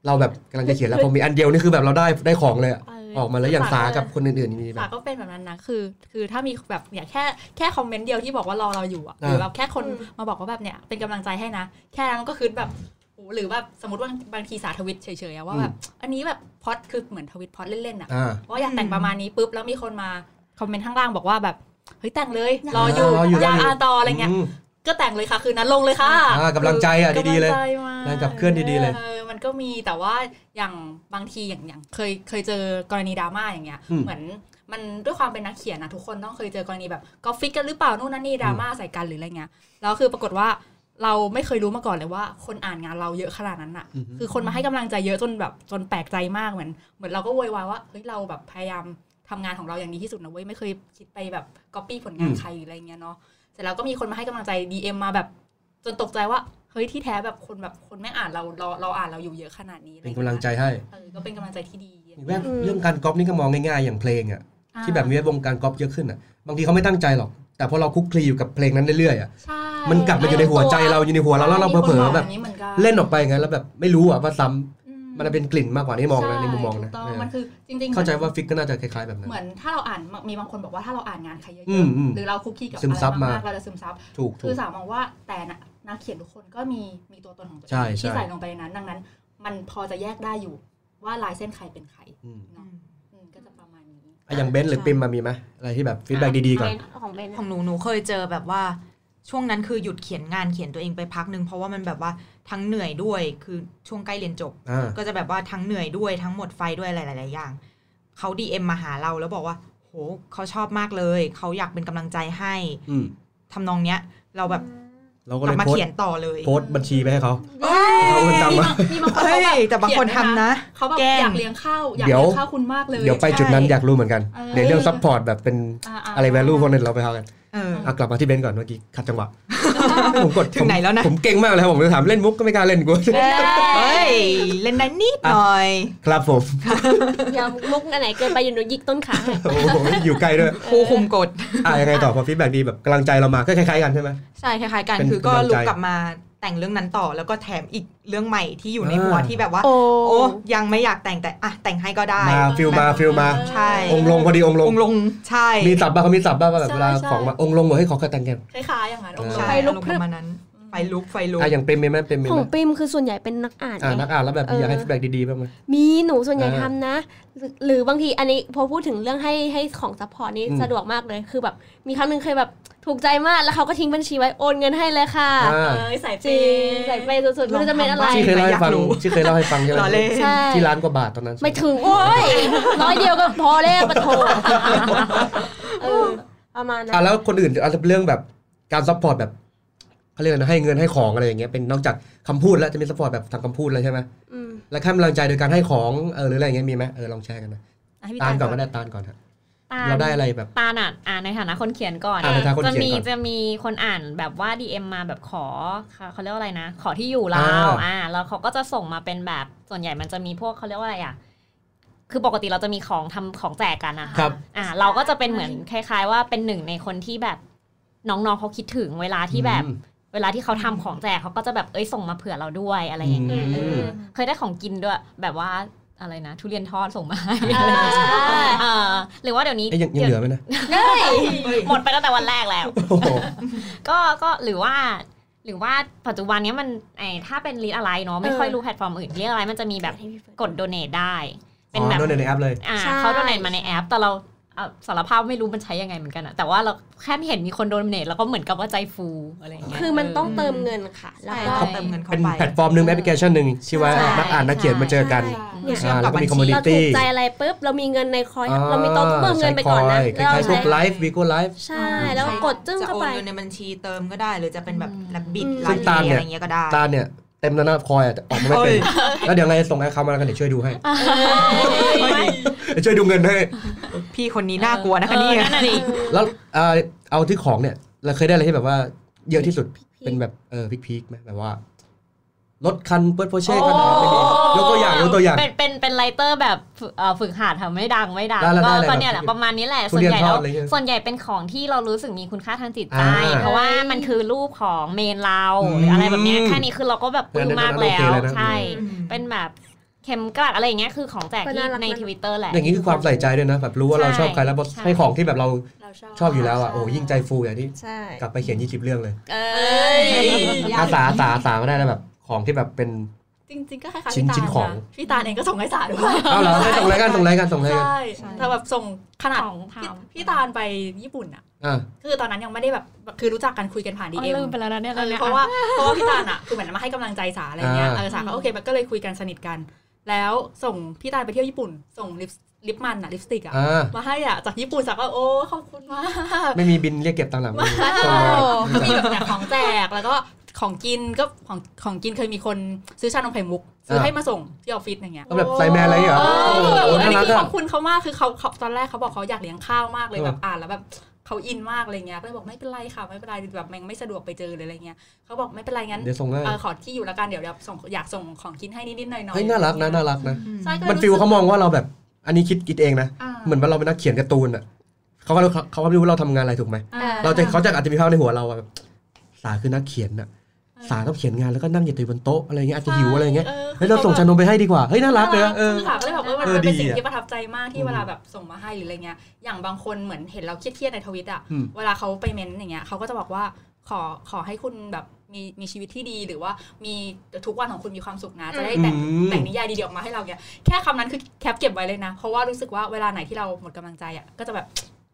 Speaker 2: เราแบบกำลังจะเขียนแล้วพอมีอันเดียวนี่คือแบบเราได้ได้ของเลยอะ
Speaker 5: เ
Speaker 2: ออกมาแล้วอย่างสากับคนอื่นๆมีแบ
Speaker 5: สา
Speaker 2: บ
Speaker 5: ก็เป็นแบบนั้นนะ คือ คือถ้ามีแบบเนี่ยแค่แค่คอมเมนต์เดียวที่บอกว่ารอเราอยู่อะหรือแบบแค่คน
Speaker 4: อืม
Speaker 5: มาบอกว่าแบบเนี่ยเป็นกำลังใจให้นะ แค่นั้นมันก็คือแบบโอ้โหหรือแบบสมมติว่าบางทีสาทวิตเฉยๆอะว่าแบบอันนี้แบบพอดคือเหมือนทวิตพอดเล่นๆอะ
Speaker 2: อ่า
Speaker 5: ว่าอยากแต่งประมาณนี้ปุ๊บแล้วมีคนมาคอมเมนต์ข้างล่างบอกว่าแบบเฮ้ยแต่งเลยรออยู่
Speaker 2: รออยู่
Speaker 5: อยาก
Speaker 2: รออยู่
Speaker 5: อ่านต่ออะไรเงี้ย
Speaker 2: ม
Speaker 5: ก็แต่งเลยค่ะ คืนนั้นลงเลยค่ะ
Speaker 2: อ่ากำลังใจอ่ะดีๆเลย
Speaker 5: กำงใจมา
Speaker 2: แรงขับเคลื่อนดีๆเลย
Speaker 5: ออมันก็มีแต่ว่าอย่างบางทีอย่างอย่างเคยเคยเจอกรณีดราม่าอย่างเงี้ย
Speaker 2: อืม
Speaker 5: เหมือนมันด้วยความเป็นนักเขียนนะทุกคนต้องเคยเจอกรณีแบบกอฟิกกันหรือเปล่านู่นนั่นนี่ดราม่าใส่กันหรืออะไรเงี้ยแล้วคือปรากฏว่าเราไม่เคยรู้มาก่อนเลยว่า คนอ่านงานเราเยอะขนาดนั้นอ่ะ
Speaker 2: อือฮึ
Speaker 5: คือคนมาให้กำลังใจเยอะจนแบบจนแปลกใจมากเหมือนเหมือนเราก็โวยวายว่าเฮ้ยเราแบบพยายามทำงานของเราอย่างดีที่สุดนะเว้ยไม่เคยคิดไปแบบก๊อปปี้ผลงานใครหรืออะไรเงี้ยเนาะ เสร็จแล้วก็มีคนมาให้กำลังใจ DM มาแบบ จนตกใจว่า เฮ้ยที่แท้แบบคนแบบคนไม่อ่านเราเราเราอ่านเราอยู่เยอะขนาดนี้
Speaker 2: เป็นกำลังใจให้
Speaker 5: เออก็เป็นกำลังใจที่ดี
Speaker 2: อีกแวบเรื่องการก๊อปนี่ก็มองง่ายๆอย่างเพลงอ่ะที่แบบมีแวดวงการก๊อปเยอะขึ้นอ่ะบางทีเขาไม่ตั้งใจหรอก แต่พอเราคลุกคลีอยู่กับเพลงนั้นเรื่อยๆอ่ะ
Speaker 5: ใช่
Speaker 2: มันกลับมาอยู่ในหัวใจเราอยู่ในหัวเราแล้วเราเผลอๆแบบ
Speaker 5: มีคนมองย่าง
Speaker 2: เล่นออกไปงั้นแล้วแบบไม่รู้อะว่าซ้ำ
Speaker 5: อื
Speaker 2: มันเป็นกลิ่นมากกว่านี่มองนะในมุมมองนะ
Speaker 5: ใช่ถูกต้
Speaker 2: เออ
Speaker 5: มันคือจริงๆ
Speaker 2: เข้าใจว่าฟิกก็น่าจะคล้ายๆแบบนั้น
Speaker 5: เหมือนถ้าเราอ่านมีบางคนบอกว่าถ้าเราอ่านงานใครเย
Speaker 2: อื
Speaker 5: อะ
Speaker 2: มอืม
Speaker 5: ๆหรือเราคุกคีกับ
Speaker 2: ซึมซับ
Speaker 5: อะไร
Speaker 2: มา
Speaker 5: มากๆเราจะซึมซับ
Speaker 2: ถูกถู
Speaker 5: คื
Speaker 2: ก
Speaker 5: อสาวมองว่าแต่นะนักเขียนทุกคนก็มีมีตัวตนของตัวเอ
Speaker 2: ใช่
Speaker 5: ง
Speaker 2: ใช่
Speaker 5: ที่ใส่ลงไปในนั้น ดังนั้น มันพอจะแยกได้อยู่ว่าลายเส้นใครเป็นใคร
Speaker 2: อืม
Speaker 5: เนาะอืมก็จะประมาณนี้
Speaker 2: อ่ะอย่างเบนซ์หรือปิมมามีไหมอะไรที่แบบฟีดแบ็ดีๆก่อน
Speaker 4: ของเบน
Speaker 7: ของหนูหนูเคยเจอแบบว่า ช่วงนั้นคือหยุดเขียนงานเขียนตัวเองไปพักหนึ่งเพราะว่ามันแบบว่าทั้งเหนื่อยด้วยคือช่วงใกล้เรียนจบ
Speaker 2: อ่า
Speaker 7: ก็จะแบบว่าทั้งเหนื่อยด้วยทั้งหมดไฟด้วยหลายๆอย่าง เขาดีเอ็มมาหาเราแล้วบอกว่า โหเขาชอบมากเลย เขาอยากเป็นกำลังใจให้
Speaker 2: อืม
Speaker 7: ทำนองเนี้ย เราแบบ
Speaker 2: เราก็
Speaker 7: ก
Speaker 2: เล
Speaker 7: ลับ
Speaker 2: ย
Speaker 7: มา
Speaker 2: โพส
Speaker 7: เขียน
Speaker 2: ต์
Speaker 7: ต่อเลย
Speaker 2: โพสต์บัญชีไปให้เขา
Speaker 7: เอ้ย
Speaker 2: เขาก็จำว่า
Speaker 5: มีบางคน
Speaker 7: เอ้
Speaker 5: เขาแบ
Speaker 7: ย
Speaker 5: บ
Speaker 7: แต่บางคนทำนะ
Speaker 5: เขาแบบ
Speaker 7: แกล้ง
Speaker 5: อยากเลี้ยงข้าวอยาก
Speaker 2: เดี๋ยว
Speaker 5: เลี้ยงข้าวคุณมากเลย
Speaker 2: เดี๋ยวไปจุดนั้นอยากรู้เหมือนกัน
Speaker 5: เออ
Speaker 2: เดี๋ยวเรื่องซัพพอร์ตแบบเป็น
Speaker 5: อ่าๆ
Speaker 2: อะไรแวลูพวกนั้นเราไปเอากัน
Speaker 7: เออ
Speaker 2: อ่ะกลับมาที่เบนซ์ก่อนเมื่อกี้ขัด จังหวะผมกด
Speaker 7: ถึงไหนแล้วนะ
Speaker 2: ผมเก่งมากเลยครับผมจะถามเล่นมุกก็ไม่กล้าเล่นกู
Speaker 7: เอ้ยเล่นได้นิดหน่อย
Speaker 2: ครับผม
Speaker 4: ยอมมุกอันไหนเกินไปอยู่หนูยิกต้นขาให้
Speaker 2: โอ้โหอยู่ใกล้ด้วย
Speaker 7: ครูคุมกฎ
Speaker 2: อ่ะยังไงต่อพอฟีดแบ็ดีแบบกำลังใจเรามาก็คล้ายๆกันใช่ไหม
Speaker 7: ใช่คล้ายๆกัน
Speaker 2: เป็น
Speaker 7: คือก็
Speaker 2: กำลังใจ
Speaker 7: ลุกกลับมาแต่งเรื่องนั้นต่อ แล้วก็แถมอีกเรื่องใหม่ที่อยู่ในหัว
Speaker 2: อ่า
Speaker 7: ที่แบบว่า
Speaker 4: โอ้
Speaker 7: โอ้ยังไม่อยากแต่งแต่อ่ะแต่งให้ก็ได้
Speaker 2: มาฟิลมาฟิลมา
Speaker 7: ใช่
Speaker 2: องค์ลงพอดีองค์ล
Speaker 7: อง งค์ลงใช่
Speaker 2: มีสับบ้างเขามีสับบ้างว่าแบบเวลา
Speaker 5: ใช่ใช่
Speaker 2: ของมาองค์ลงบอกให้ขอกันแต่งกัน
Speaker 5: คล้ายๆอย่างนั้นองค์ลง
Speaker 7: ใช่
Speaker 4: ไฟลุก
Speaker 7: อารม
Speaker 4: พรึ
Speaker 7: ณ์
Speaker 4: บ
Speaker 7: ประมาณนั้น
Speaker 5: อืม
Speaker 7: ไฟลุกไฟลุก
Speaker 2: อ่ะอย่างเป็นเมมไหมเป็นเมม
Speaker 4: ขอ
Speaker 2: ไหม
Speaker 4: งปริมคือส่วนใหญ่เป็นนักอ่าน
Speaker 2: อ่า
Speaker 4: ไง
Speaker 2: นักอ่านแล้วแบบ
Speaker 4: เออ
Speaker 2: อ
Speaker 4: อ
Speaker 2: ยากให้ฟีดแบ็กดีๆบ้างไหม
Speaker 4: มีหนูส่วนใหญ่
Speaker 2: อ่า
Speaker 4: ทำนะหรือหรือบางทีอันนี้พอพูดถึงเรื่องให้ให้ของซัพพอร์ตนี่
Speaker 2: อืม
Speaker 4: สะดวกมากเลยคือแบบมีครั้งหนึ่งเคยแบบถูกใจมากแล้วเขาก็ทิ้งบัญชีไว้โอนเงินให้เลยค่ะ
Speaker 2: อ่า
Speaker 5: เอ้ยใส่
Speaker 4: จริงใส่ไปสุดๆไม่รู้จะเป็นอะไร
Speaker 2: ที่เคยเล่าให้ฟัง
Speaker 7: อยากรู้
Speaker 2: ที่เคยเล่าให้ฟังใช่ไหม
Speaker 7: หล่อเลย
Speaker 4: ใช่
Speaker 2: ที่ร้านกว่าบาทตอนนั้นใช่ห
Speaker 4: ไม่ถึง โอ้ยร้อยเดียวก็พอแล้วปะโถเออประมาณนั้
Speaker 2: อ่ะ
Speaker 4: น
Speaker 2: แล้วคนอื่นอ่ะเรื่องแบบการซัพพอร์ตแบบเขาเรียกอะไรนะให้เงินให้ของอะไรอย่างเงี้ยเป็นนอกจากคำพูดแล้วจะมีซัพพอร์ตแบบทางคำพูดเลยใช่ไหม
Speaker 4: อืม
Speaker 2: แล้วให้กำลังใจโดยการให้ของเออหรืออะไรอย่างเงี้ยมีไหมเออลองแชร์กันหนะ
Speaker 5: ให้พี่
Speaker 2: ตา
Speaker 5: ตา
Speaker 2: ล
Speaker 5: ล
Speaker 2: ก่
Speaker 5: ก่
Speaker 2: อ
Speaker 5: อ
Speaker 2: ก็
Speaker 5: น น
Speaker 2: ได้ตาลก่อนครับ
Speaker 6: ตาล
Speaker 2: เราได้อะไรแบบ
Speaker 6: ตาลอ่ะอ่าในฐานะคนเขียนก่อน
Speaker 2: อ่าในฐานะคนเขีย
Speaker 6: จะ
Speaker 2: น
Speaker 6: มี
Speaker 2: ก่อน
Speaker 6: จะมีคนอ่านแบบว่า DM มาแบบขอเขาเขาเรียกว่าอะไรนะ ขอที่อยู่เรา
Speaker 2: อ่า
Speaker 6: อ่าแล้วเขาก็จะส่งมาเป็นแบบส่วนใหญ่มันจะมีพวกเขาเรียกว่าอะไรอ่ะคือปกติเราจะมีของทำของแจกกันนะคะ
Speaker 2: ครับ
Speaker 6: อ่าเราก็จะเป็นเหมือนคล้ายๆ ว่าเป็นหนึ่งในคนที่แบบน้องๆเขาคิดถึงเวลาที่แบบ
Speaker 2: อืม
Speaker 6: เวลาที่เขาทำของแจกเขาก็จะแบบเอ้ยส่งมาเผื่อเราด้วยอะไรอย่างเงี้ย
Speaker 2: อืม
Speaker 6: เออเคยได้ของกินด้วย แบบว่าอะไรนะ ทุเรียนทอดส่งมา ให้
Speaker 4: เอ
Speaker 6: อะไรอย่างเงี้ย
Speaker 4: อ
Speaker 6: เออหรือว่าเดี๋ยวนี้
Speaker 2: เอ้ยยังยังเหลือไหมนะ
Speaker 4: เฮ้ย
Speaker 6: หมดไปตั้งแต่วันแรกแล้ว
Speaker 2: โอ้โห
Speaker 6: ก็ก็หรือว่าหรือว่าปัจจุบันเนี้ยมันไอถ้าเป็นรีดอะไรเนาะไม่ค่อย
Speaker 4: เออ
Speaker 6: รู้แพลตฟอร์มอื่นรีดอะไรมันจะมีแบบกดโดเน a t ได้ เป็น
Speaker 2: อ๋อ
Speaker 6: แบบ
Speaker 2: โดนในแอปเลย
Speaker 6: อ่า
Speaker 4: ใช่
Speaker 6: เขาโดเนทมาในแอป แต่เราเอาสารภาพไม่รู้มันใช้ยังไงเหมือนกันอะแต่ว่าเราแค่เห็นมีคนโดเนทแล้วก็เหมือนกับว่าใจฟูอะไรอย่างเงี้ย
Speaker 4: คือมันต้องเติมเงินค่ะแล้วก็
Speaker 7: เขาเติมเงินเข้า
Speaker 2: เป็น
Speaker 7: ไป
Speaker 2: แพลตฟอร์มหนึ่งแอปพลิเคชันหนึ่งชื่อว่า
Speaker 6: ใช่
Speaker 2: นักอ่านนักเขียนมาเจอกัน
Speaker 5: ใช่
Speaker 4: เนี่ย
Speaker 7: เชื่อ
Speaker 2: อ่ามแล้
Speaker 7: กับ
Speaker 2: วก็มีคอ
Speaker 7: บัญชี
Speaker 2: มมูนิ
Speaker 4: เราถู
Speaker 2: ตี้
Speaker 4: กใจอะไรปุ๊บเรามีเงินในคอยเรามีต้องเติมเงินไปก่อนนะ
Speaker 2: คล้ายๆพวกไลฟ์วิกูไลฟ์
Speaker 4: ใช่แล้วกดจึ้งเข้าไป
Speaker 7: จะโอนเงินในบัญชีเติมก็ได้ หรือจะเป็นแบบ
Speaker 6: อืม
Speaker 7: แลบบิด
Speaker 4: ซึ่
Speaker 7: ไลาง ย
Speaker 2: ตามเนี่ย
Speaker 7: อะไรเงี้ยก็ได้
Speaker 2: ตาลเนี่ยเต็มแล้วนะคอยอ่ะแต่ออกมาไม่เป็นแล้วเดี๋ยวไงส่งแอคเคาท์มาแล้วกันเดี๋ยวช่วยดูให้เดี๋ยวช่วยดูเงินให้
Speaker 7: พี่คนนี้น่ากลัวนะคะ
Speaker 6: เออ
Speaker 7: เนี่ย
Speaker 6: นั่นน่ะดิ
Speaker 2: แล้วเอ่อเอาที่ของเนี่ย เราเคยได้อะไรที่แบบว่าเยอะที่สุดเป็นแบบเออพีคๆไหมแบบว่ารถคันเปิดโพเช่คันไหนไม่มียกตัวอย่างยกตัวอย่าง
Speaker 6: เป็นเป็นเป็นไรเตอร์แบบฝึกเอ่อฝึกหัดทำไม่ดังไม่ดัง
Speaker 2: ได้แล้ว
Speaker 6: ก็
Speaker 2: ได้แล้ว
Speaker 6: ก็เนี่ยแหละประมาณนี้แหละ
Speaker 2: ทุ
Speaker 6: ส่วน
Speaker 2: เรียน
Speaker 6: ใหญ่
Speaker 2: ทอ
Speaker 6: แล้
Speaker 2: ด
Speaker 6: ว
Speaker 2: อะไรเงี้ย
Speaker 6: ส่วนใหญ่เป็นของที่เรารู้สึกมีคุณค่าทางจิตใจ
Speaker 2: อ่า
Speaker 6: เพราะว่ามันคือรูปของเมนเราหรืออะไรแบบเนี้ย
Speaker 2: อืม
Speaker 6: แค่นี้คือเราก็แบบปลื้มมาก
Speaker 2: อันนั้
Speaker 6: แล้
Speaker 2: นโอเคว เลยนะ
Speaker 6: ใช่ เป็นแบบเข็มกลัดอะไรอย่างเงี้ยคือของแจก
Speaker 4: ก็
Speaker 6: ที่
Speaker 4: น่ารัก
Speaker 6: ใน
Speaker 4: นะ
Speaker 6: ทวิตเตอร์แหละ
Speaker 2: อย่างนี้คือความใส่ใจด้วยนะ แบบรู้ว่าเราชอบใครแล้ว
Speaker 6: ใช่
Speaker 2: ให้ของที่แบบเรา
Speaker 5: เราชอบ
Speaker 2: ชอบอยู่แล้วอ่ะโอ้ยิ่งใจฟูอย่างที่
Speaker 4: ใช่
Speaker 2: กลับไปเขียนยี่สิบเรื่องเลย
Speaker 4: เอ
Speaker 5: เอ้
Speaker 4: อย
Speaker 2: อาสาอาสาอาสามาได้นะแบบ ของที่แบบเป็น
Speaker 5: จริงๆก็คล้ายๆ
Speaker 2: ชิ้น
Speaker 5: พี่ตา
Speaker 2: ชิ้น
Speaker 5: ล
Speaker 2: ของ
Speaker 5: นะพี่ตาลเองก็ส่งให้สาด้วย
Speaker 2: เอาเหรอให้ส่งรายการส่งรายการส่งรายการ
Speaker 5: ใช่แต่แบบส่งขนาด
Speaker 6: ของท
Speaker 5: พี่พี่ตาลไปญี่ปุ่นอ่ะ
Speaker 2: อ่ะ
Speaker 5: คือตอนนั้นยังไม่ได้แบบคือรู้จักกันคุยกันผ่านดี
Speaker 6: ำ
Speaker 5: เอ็ม
Speaker 6: ลืมไปแล้วนะเนี่ย
Speaker 5: เออ
Speaker 6: เนี่ย
Speaker 5: เพราะว่าเพราะว่าพี่ตาลอ่ะคือเหมือนมาให้กำลังใจสาอะไรเงี้ย
Speaker 2: อ่า
Speaker 5: เออสาก็โอเคมันก็เลยคุยกันสนิทกัน แล้วส่งพี่ตาลไปเที่ยวญี่ปุ่น ส่งลิปลิปมันอ่ะลิปสติกอ่ะ
Speaker 2: อ่า
Speaker 5: มาให้อ่ะจากญี่ปุ่นสาก็โอ้ขอบคุณมาก
Speaker 2: ไม่มีบินเรียกเก็บตังค์หลังมือส่งมา
Speaker 5: ก็มีแบบเนี่ยของแจกแล้วก็ของกินก็ของของกินเคยมีคนซื้อชานมไข่มุกซื้อ
Speaker 2: เออ
Speaker 5: ให้มาส่งที่ออฟฟิศอย่างเงี้ย
Speaker 2: ก็แบบใส่แมนอะไรอย่างเงี้ยเหรอ
Speaker 5: เอ
Speaker 2: โอ้
Speaker 5: อ
Speaker 2: โห
Speaker 5: อัน
Speaker 2: น่า
Speaker 5: นี้
Speaker 2: รัก
Speaker 5: คือ
Speaker 2: อ่ะ
Speaker 5: ขอบคุณเขามากคือเขาเขาตอนแรกเขาบอกเขาอยากเลี้ยงข้าวมากเลย
Speaker 2: เออ
Speaker 5: แบบอ่านแล้วแบบเขาอินมากอะไรเงี้ยก็เลยบอกไม่เป็นไรค่ะไม่เป็นไรแบบแมงไม่สะดวกไปเจอเลยอะไรเงี้ยเขาบอกไม่เป็นไรงั้น
Speaker 2: เดี๋ยวส่งให้
Speaker 5: เออขอที่อยู่แล้วกันเดี๋ยวเดี๋ยวส่งอยากส่งของกินให้นิดๆหน่อยๆ
Speaker 2: เฮ้ยน่ารักนะน่ารักนะ
Speaker 5: ใช่ก็
Speaker 2: มัน
Speaker 5: รู้สึ
Speaker 2: ฟิ
Speaker 5: ก
Speaker 2: ลเขามองว่าเราแบบ อันนี้คิดคิดเองนะ
Speaker 5: อ่า
Speaker 2: เหมือนว่าเราเป็นนักเขียนการ์ตูนอ่ะเขาก็รู้เขาก็ไม่รู้ว่าเราทำงานอะไรถูกไหม
Speaker 5: อ่
Speaker 2: เราจะเขาจะอาจจะมีภาพในหัวเราอะแบบสาคือนักเขียนอ่ะ สาต้องเขียนงานแล้วก็นั่งอยู่บนโต๊ะอะไรเงี้ยอาจจะหิวอะไรเงี้ยเฮ้ยเราส่งชานมไปให้ดีกว่า เฮ้ยน่ารักเลยอะเออ
Speaker 5: ค่ะก็เลยบอกว่ามัน
Speaker 2: เออ
Speaker 5: เป็น
Speaker 2: ดี
Speaker 5: สิ่ง
Speaker 2: อะ
Speaker 5: ที่ประทับใจมาก
Speaker 2: อื
Speaker 5: ที่
Speaker 2: ม
Speaker 5: เวลาแบบส่งมาให้หรืออะไรเงี้ยอย่างบางคนเหมือนเห็นเราเครียดๆในทวิตอ่ะ
Speaker 2: อืม
Speaker 5: เวลาเขาไปเม้นต์อย่างเงี้ยเขาก็จะบอกว่าขอขอให้คุณแบบมีมีชีวิตที่ดีหรือว่ามีทุกวันของคุณมีความสุขนะจะได้แต่ง
Speaker 2: อืม
Speaker 5: แต่งนิยายดีๆออกมาให้เราเนี่ยแค่คำนั้นคือแคปเก็บไว้เลยนะ เพราะว่ารู้สึกว่าเวลาไหนที่เราหมดกำลังใจอ่ะก็จะแบบ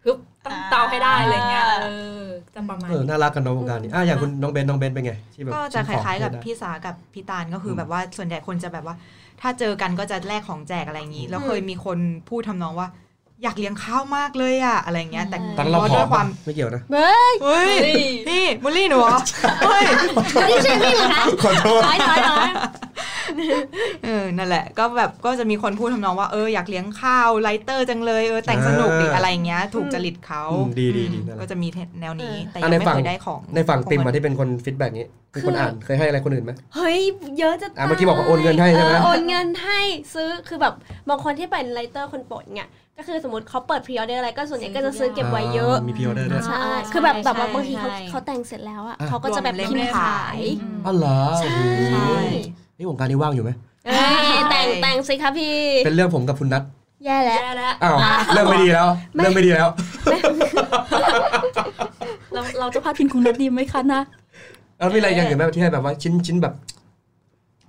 Speaker 5: ฮึบตั้งเตาให้ได้อะไรเงี้ยเออจะประมาณ
Speaker 2: เออ
Speaker 5: นี้
Speaker 2: น่ารักกันเน้องวงการนี้อ่ะอย่างคุณน้องเบนน้องเบนเป็นไงที่แบบ
Speaker 7: ก็จะค
Speaker 2: ซื้อของ
Speaker 7: ล้ายๆกับ
Speaker 2: ได้
Speaker 7: พี่สากับพี่ตาลก็คืออ
Speaker 2: ม
Speaker 7: แบบว่าส่วนใหญ่คนจะแบบว่า ถ้าเจอกันก็จะแลกของแจกอะไรอย่างนี้แล้วเคยมีคนพูดทำนองว่า อยากเลี้ยงข้าวมากเลยอ่ะอะไรอย่างเงี้ย แต่
Speaker 6: อืม
Speaker 2: ตั้งเรา
Speaker 7: ก็
Speaker 2: ผ
Speaker 7: ด้
Speaker 2: อ
Speaker 7: ว
Speaker 2: ม
Speaker 7: ยความ
Speaker 2: ไม่เกี่ยวนะ
Speaker 4: เบ้ย
Speaker 7: เฮ้ยพี่บุลลี่หนูเหรอเฮ้ย
Speaker 4: ไม่ใช่พี่เหรอคะ
Speaker 2: ขอโทษ
Speaker 4: น้อยน้อยน้อย
Speaker 7: เออ นั่นแหละ ก็แบบก็จะมีคนพูดทำนองว่า เออ อยากเลี้ยงข้าวไลเตอร์จังเลย เออ แต่งสนุกดีอะไรอย่างเงี้ย ถูกจริตเขา
Speaker 2: ดีดีดี
Speaker 7: อืม
Speaker 2: น่ารั
Speaker 7: ก็
Speaker 2: ก
Speaker 7: จะมีแนวนี้
Speaker 4: เออ
Speaker 7: แต่
Speaker 2: อ่ะ
Speaker 7: ยังไม่
Speaker 2: ในฝั่ง
Speaker 7: เคยได้ของ
Speaker 2: ในฝั่งติมอะ
Speaker 7: ขอ
Speaker 2: ที่เป็นคนฟีดแบ็กนี้คือคนอ่านเคยให้อะไรคนอื่นไหม
Speaker 4: เฮ้ยเยอะจะตาย
Speaker 2: อ่ะเมื่อกี้บอกว่าโอนเงินให้ใช่ไหม
Speaker 4: เออโอนเงินให้ซื้อคือแบบบางคนที่เป็นไรเตอร์คนโปรดเนี่ยก็คือสมมติเขาเปิดพรีออเดอร์อะไรก็ส่วนใหญ่ก็จะซื้อเก็บไว้เยอะ
Speaker 2: มีพิออเดอร์ด้วย
Speaker 4: ใช่
Speaker 6: อ่า
Speaker 4: คือแบบ
Speaker 6: ใช่
Speaker 4: แบบว่าบางทีเขา
Speaker 6: ใช่
Speaker 4: เขาแต่งเสร็จแล้วอ่ะ
Speaker 2: อ่ะ
Speaker 4: เขาก็จะแบบพิมพ์ขาย
Speaker 2: อ๋อเหรอ
Speaker 4: ใช่
Speaker 2: โอ้โหนี่วงการนี้ว่างอยู่ไหม
Speaker 4: เอ้ยแต่งแต่งสิคะพี่
Speaker 2: เป็นเรื่องผมกับคุณนัท
Speaker 4: แย่แล้ว
Speaker 5: แย่แล้ว
Speaker 2: อ้าวเริ่มไม่ดีแล้ว
Speaker 4: ไม่
Speaker 2: เริ่มไม่ดีแล้ว
Speaker 5: เราเราจะพาดพิงคุณนัดดีไหมคะนะ
Speaker 2: แล้วมีอะไรอย่างอื่นไหมที่ให้แบบว่าชิ้นชิ้นแบบ